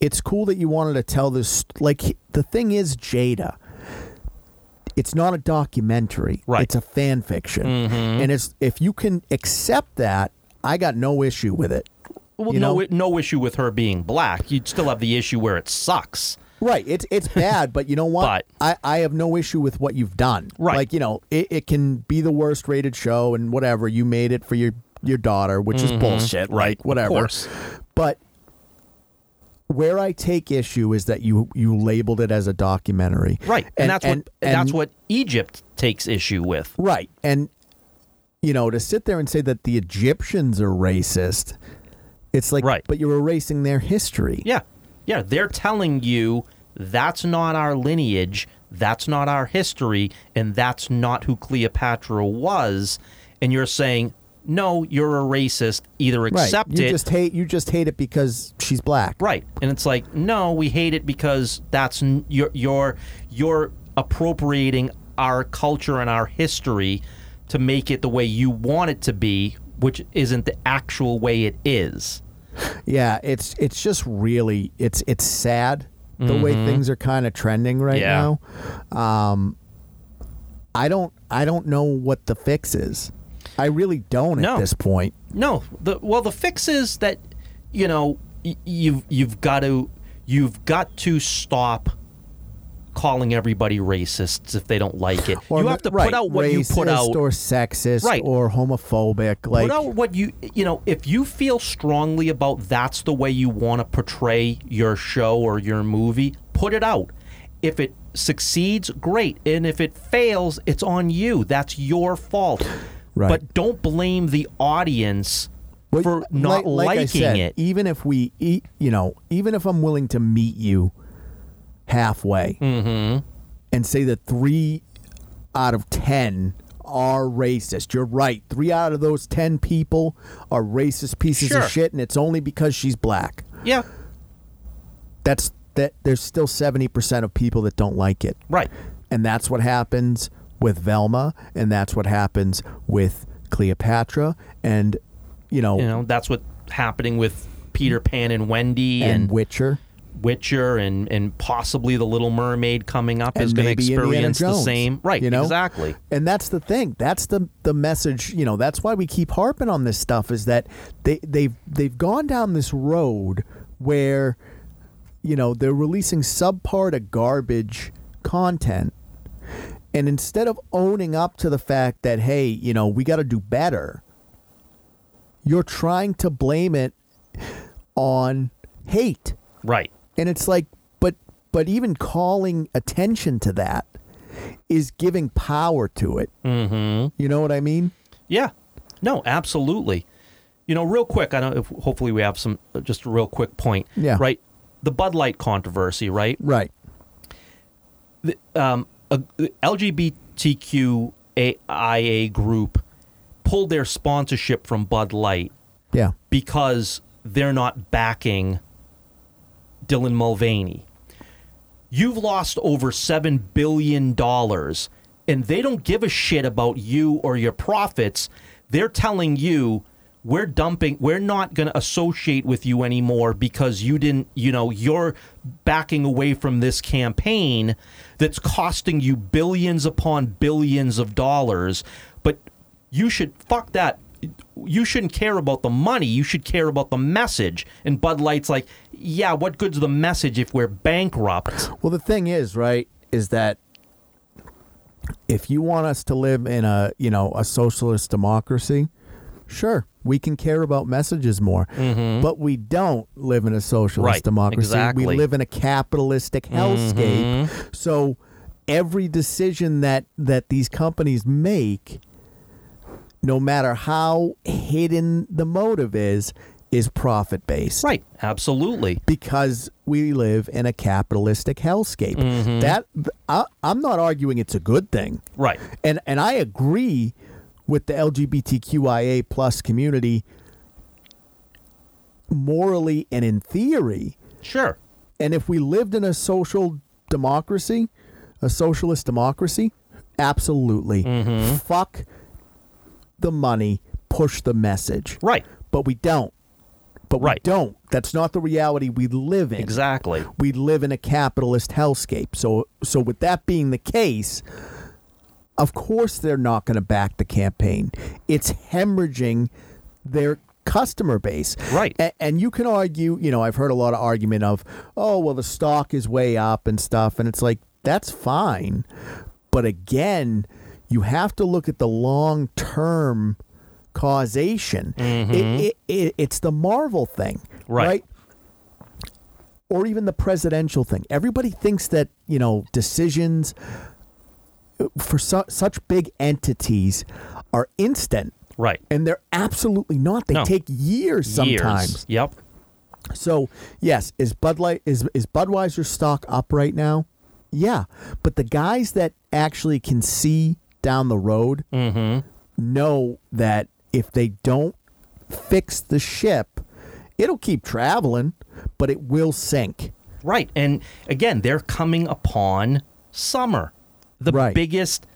It's cool that you wanted to tell this. Like the thing is, Jada. It's not a documentary.
Right.
It's a fan fiction, and it's if you can accept that, I got no issue with it.
well,
You
no
know-
no issue with her being black. You'd still have the issue where it sucks.
Right. It's it's bad, but you know what? I, I have no issue with what you've done.
Right.
Like, you know, it, it can be the worst rated show and whatever. You made it for your your daughter, which is bullshit. Like, whatever.
Mm-hmm. course.
But where I take issue is that you you labeled it as a documentary.
Right. And, that's what
and-
that's what Egypt takes issue with.
Right. And you know, to sit there and say that the Egyptians are racist, it's like
Right.
but you're erasing their history.
Yeah. Yeah, they're telling you that's not our lineage, that's not our history, and that's not who Cleopatra was. And you're saying, no, you're a racist. Either accept
right. You
it.
just hate you just hate it because she's black.
right. And it's like, no, we hate it because that's n- you're, you're, you're appropriating our culture and our history to make it the way you want it to be, which isn't the actual way it is.
Yeah, it's it's just really it's it's sad the way things are kind of trending right
Mm-hmm. Yeah.
now. Um, I don't I don't know what the fix is. I really don't
No.
at this point.
No, the well, the fix is that you know y- you've you've got to you've got to stop calling everybody racists if they don't like it. you have to
right,
put out what you put
racist
out.
or sexist
Right.
or homophobic. Like
put out what you you know if you feel strongly about that's the way you want to portray your show or your movie, put it out. If it succeeds, great, and if it fails, it's on you. That's your fault.
Right.
But don't blame the audience
But
for
like-
not
like I
liking
said,
it.
Even if we eat, you know, even if I'm willing to meet you halfway
Mm-hmm.
and say that three out of ten are racist, you're right. Three out of those ten people are racist pieces
Sure.
of shit, and it's only because she's black.
Yeah,
That's that. There's still seventy percent of people that don't like it,
right.
and that's what happens with Velma, and that's what happens with Cleopatra, and you know,
You know, that's what happening with Peter Pan and Wendy
and
and,
Witcher.
Witcher and and possibly the Little Mermaid coming up is
and
going to
maybe Indiana
experience the
Jones,
same. Right,
You know
exactly.
And that's the thing. That's the the message. You know, that's why we keep harping on this stuff is that they they've they've gone down this road where you know they're releasing subpar to garbage content. And instead of owning up to the fact that hey, you know, we got to do better, you're trying to blame it on hate.
Right.
And it's like, but but even calling attention to that is giving power to it. Mm-hmm. You know what I mean?
Yeah. No, absolutely. You know, real quick, I don't if hopefully we have some uh, just a real quick point.
Yeah.
Right. The Bud Light controversy, right?
Right.
the, um, a, the LGBTQIA group pulled their sponsorship from Bud Light
Yeah.
because they're not backing Dylan Mulvaney. You've lost over $7 billion, and they don't give a shit about you or your profits. They're telling you, we're dumping, we're not going to associate with you anymore because you didn't, you know, you're backing away from this campaign that's costing you billions upon billions of dollars. But you should fuck that. You shouldn't care about the money. You should care about the message. And Bud Light's like, yeah, what good's the message if we're bankrupt?
Well, the thing is, right, is that if you want us to live in a you know a socialist democracy, sure we can care about messages more, but we don't live in a socialist
Right,
democracy.
exactly.
We live in a capitalistic hellscape. So every decision that that these companies make, no matter how hidden the motive is, is profit based.
Right. Absolutely.
Because we live in a capitalistic hellscape. That I, I'm not arguing it's a good thing
Right.
and and I agree with the LGBTQIA plus community morally and in theory.
Sure.
And if we lived in a social democracy, a socialist democracy, absolutely. Fuck the money, push the message.
Right.
But we don't. But
Right.
we don't. That's not the reality we live in
Exactly.
we live in a capitalist hellscape. So so with that being the case, of course they're not going to back the campaign. It's hemorrhaging their customer base.
Right.
A- and you can argue, you know, I've heard a lot of argument of, "Oh, well the stock is way up and stuff." And it's like, that's fine. But again, you have to look at the long-term causation. It, it, it, it's the Marvel thing,
Mm-hmm. Right.
right? or even the presidential thing. Everybody thinks that you know decisions uh, for su- such big entities are instant,
Right.
and they're absolutely not. They
No.
take years
Years.
sometimes.
Yep.
So yes, is Bud Light is is Budweiser stock up right now? Yeah, but the guys that actually can see down the road know that if they don't fix the ship, it'll keep traveling, but it will sink.
Right. And again, they're coming upon summer, the
Right.
biggest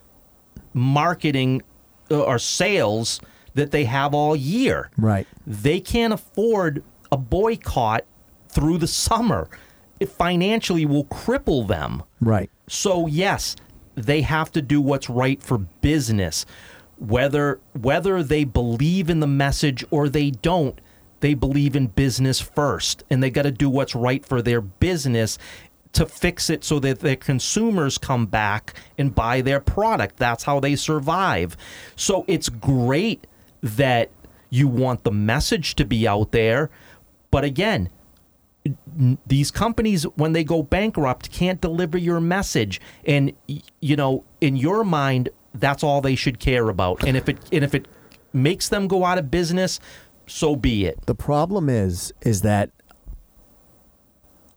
marketing uh, or sales that they have all year.
Right.
They can't afford a boycott through the summer. It financially will cripple them.
Right.
So yes, they have to do what's right for business. Whether whether they believe in the message or they don't, they believe in business first and they got to do what's right for their business to fix it so that their consumers come back and buy their product. That's how they survive. So it's great that you want the message to be out there, but again, these companies when they go bankrupt can't deliver your message and y- you know in your mind that's all they should care about and if it and if it makes them go out of business so be it
The problem is is that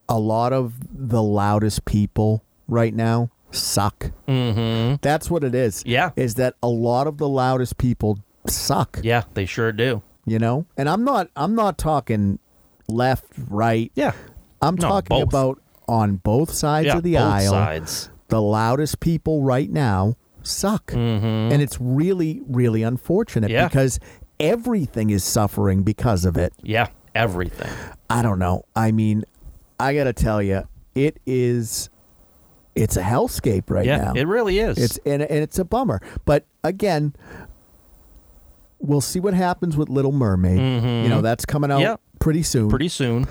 a lot of the loudest people right now suck. Mm-hmm. That's what it is.
Yeah.
Is that a lot of the loudest people suck.
yeah they sure do
You know? And I'm not I'm not talking left, right.
yeah
I'm
No,
talking
both.
about on both sides
yeah
of the
both
aisle.
sides
The loudest people right now suck. And it's really, really unfortunate
Mm-hmm. Yeah.
because everything is suffering because of it.
yeah everything
I don't know. I mean, I gotta tell you, it is, it's a hellscape right
yeah
now.
it really is
It's and, and it's a bummer. But again, we'll see what happens with Little Mermaid. You know that's coming out
Yeah.
pretty soon.
Mm-hmm. pretty soon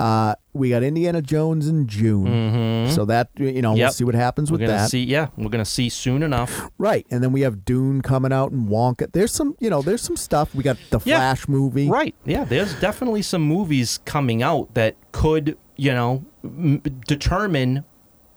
Uh, we got Indiana Jones in June, so that you know we'll
Mm-hmm. Yep.
see what happens
we're
with
gonna
that.
see yeah we're gonna see soon enough
Right, and then we have Dune coming out and Wonka. There's some you know there's some stuff. We got the
Yeah.
Flash movie.
right yeah there's definitely some movies coming out that could you know m- determine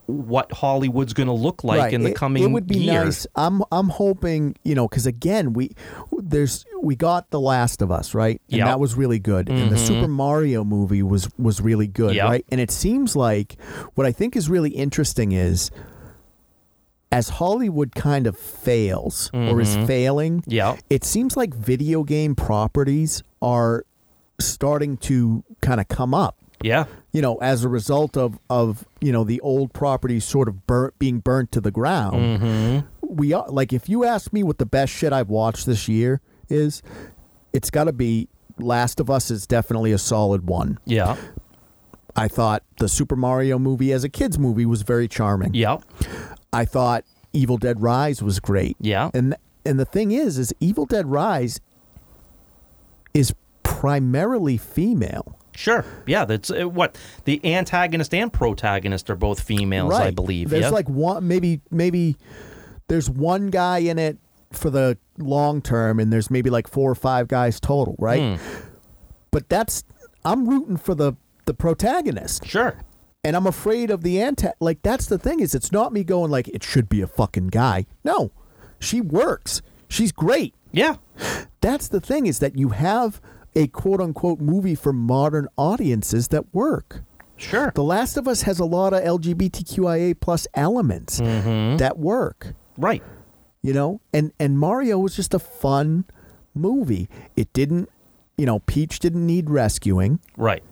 what hollywood's gonna look like in the
it,
coming
It would be
year.
nice. I'm I'm hoping you know because again we there's we got The Last of Us right, and
Yep. Mm-hmm.
that was really good, and the Super Mario movie was was really good,
Yep.
right? And it seems like what I think is really interesting is as Hollywood kind of fails or is
Mm-hmm.
failing,
Yeah.
it seems like video game properties are starting to kind of come up
Yeah.
you know, as a result of of you know the old properties sort of burnt, being burnt to the
Mm.
ground,
Mm-hmm.
we are like if you ask me what the best shit I've watched this year is, it's got to be Last of Us is definitely a solid one.
Yeah.
I thought the Super Mario movie as a kids movie was very charming.
Yeah.
I thought Evil Dead Rise was great.
Yeah.
And and the thing is is Evil Dead Rise is primarily female.
Sure. Yeah. That's uh, what the antagonist and protagonist are both females, I believe.
There's
yeah.
like one, maybe, maybe there's one guy in it for the long term, and there's maybe like four or five guys total,
Hmm.
right? But that's I'm rooting for the the protagonist.
sure.
And I'm afraid of the anti. Like that's the thing is, it's not me going like it should be a fucking guy. No, she works. She's great.
Yeah.
That's the thing is that you have a quote unquote movie for modern audiences that work.
Sure.
The Last of Us has a lot of LGBTQIA plus elements
Mm-hmm.
that work,
right.
you know? And and Mario was just a fun movie. It didn't, you know, Peach didn't need rescuing,
Right.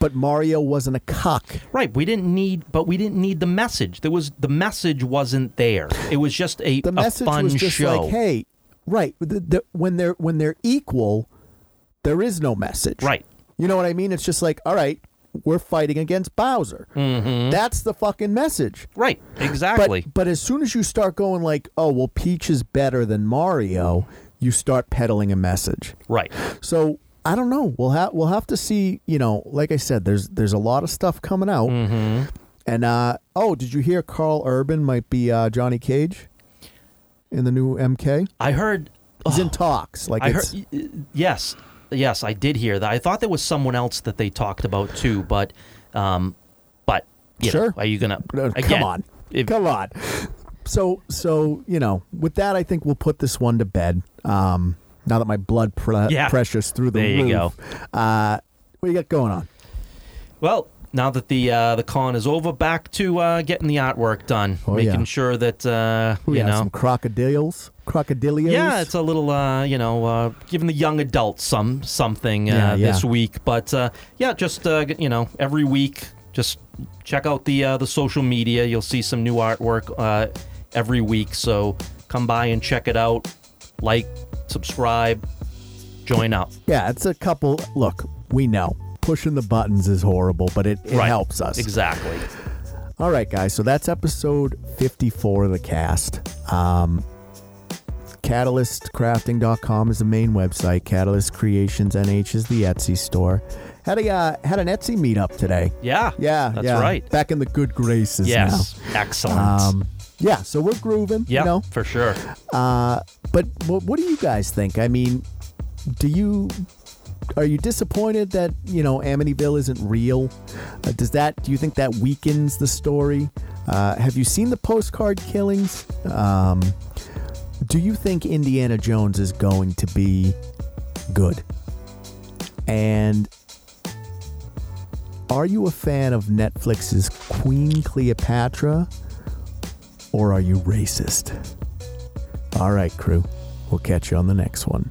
but Mario wasn't a cuck.
Right. We didn't need, but we didn't need the message. There was the message wasn't there. It was just a,
The
a
message
fun
was just
show.
like, "Hey, right, the, the, when they're when they're equal, there is no message."
Right.
You know what I mean? It's just like, "All right, we're fighting against Bowser."
Mm-hmm.
That's the fucking message.
Right. Exactly.
But, but as soon as you start going like, oh, well, Peach is better than Mario, you start peddling a message.
right.
So I don't know. We'll have we'll have to see. You know, like I said, there's there's a lot of stuff coming out.
Mm-hmm.
And uh, oh, did you hear Carl Urban might be uh, Johnny Cage in the new MK?
I heard.
He's in talks. Like
I heard.
it's,
Yes. Yes, I did hear that. I thought there was someone else that they talked about too, but, um, but you know,
Sure.
are you gonna?
No,
again,
come on,
if-
come on. So, so you know, with that, I think we'll put this one to bed. Um, now that my blood pre-
Yeah.
pressure's through the
There you
roof,
go.
Uh, what you got going on?
Well, now that the uh, the con is over, back to uh, getting the artwork done,
Oh,
making
yeah.
sure that uh,
We
you
got
know.
some crocodiles, crocodilios.
yeah, it's a little, uh, you know, uh, giving the young adults some something uh,
Yeah, yeah.
this week. But uh, yeah, just uh, you know, every week, just check out the uh, the social media. You'll see some new artwork uh, every week. So come by and check it out. Like, subscribe, join up.
yeah, it's a couple. Look, we know pushing the buttons is horrible, but it, it
Right.
helps us.
Exactly.
All right, guys. So that's episode 54 of the cast. Um, CatalystCrafting.com is the main website. Catalyst Creations NH is the Etsy store. Had a uh, had an Etsy meetup today.
Yeah.
Yeah,
That's
yeah.
right.
Back in the good graces.
Yes.
Now.
Excellent.
Um, yeah. So we're grooving.
yeah,
You know.
for sure.
Uh, but what, what do you guys think? I mean, do you are you disappointed that you know Amityville isn't real? Uh, does that do you think that weakens the story? Uh, have you seen the postcard killings? Um, do you think Indiana Jones is going to be good? And are you a fan of Netflix's Queen Cleopatra or are you racist? All right, crew. We'll catch you on the next one.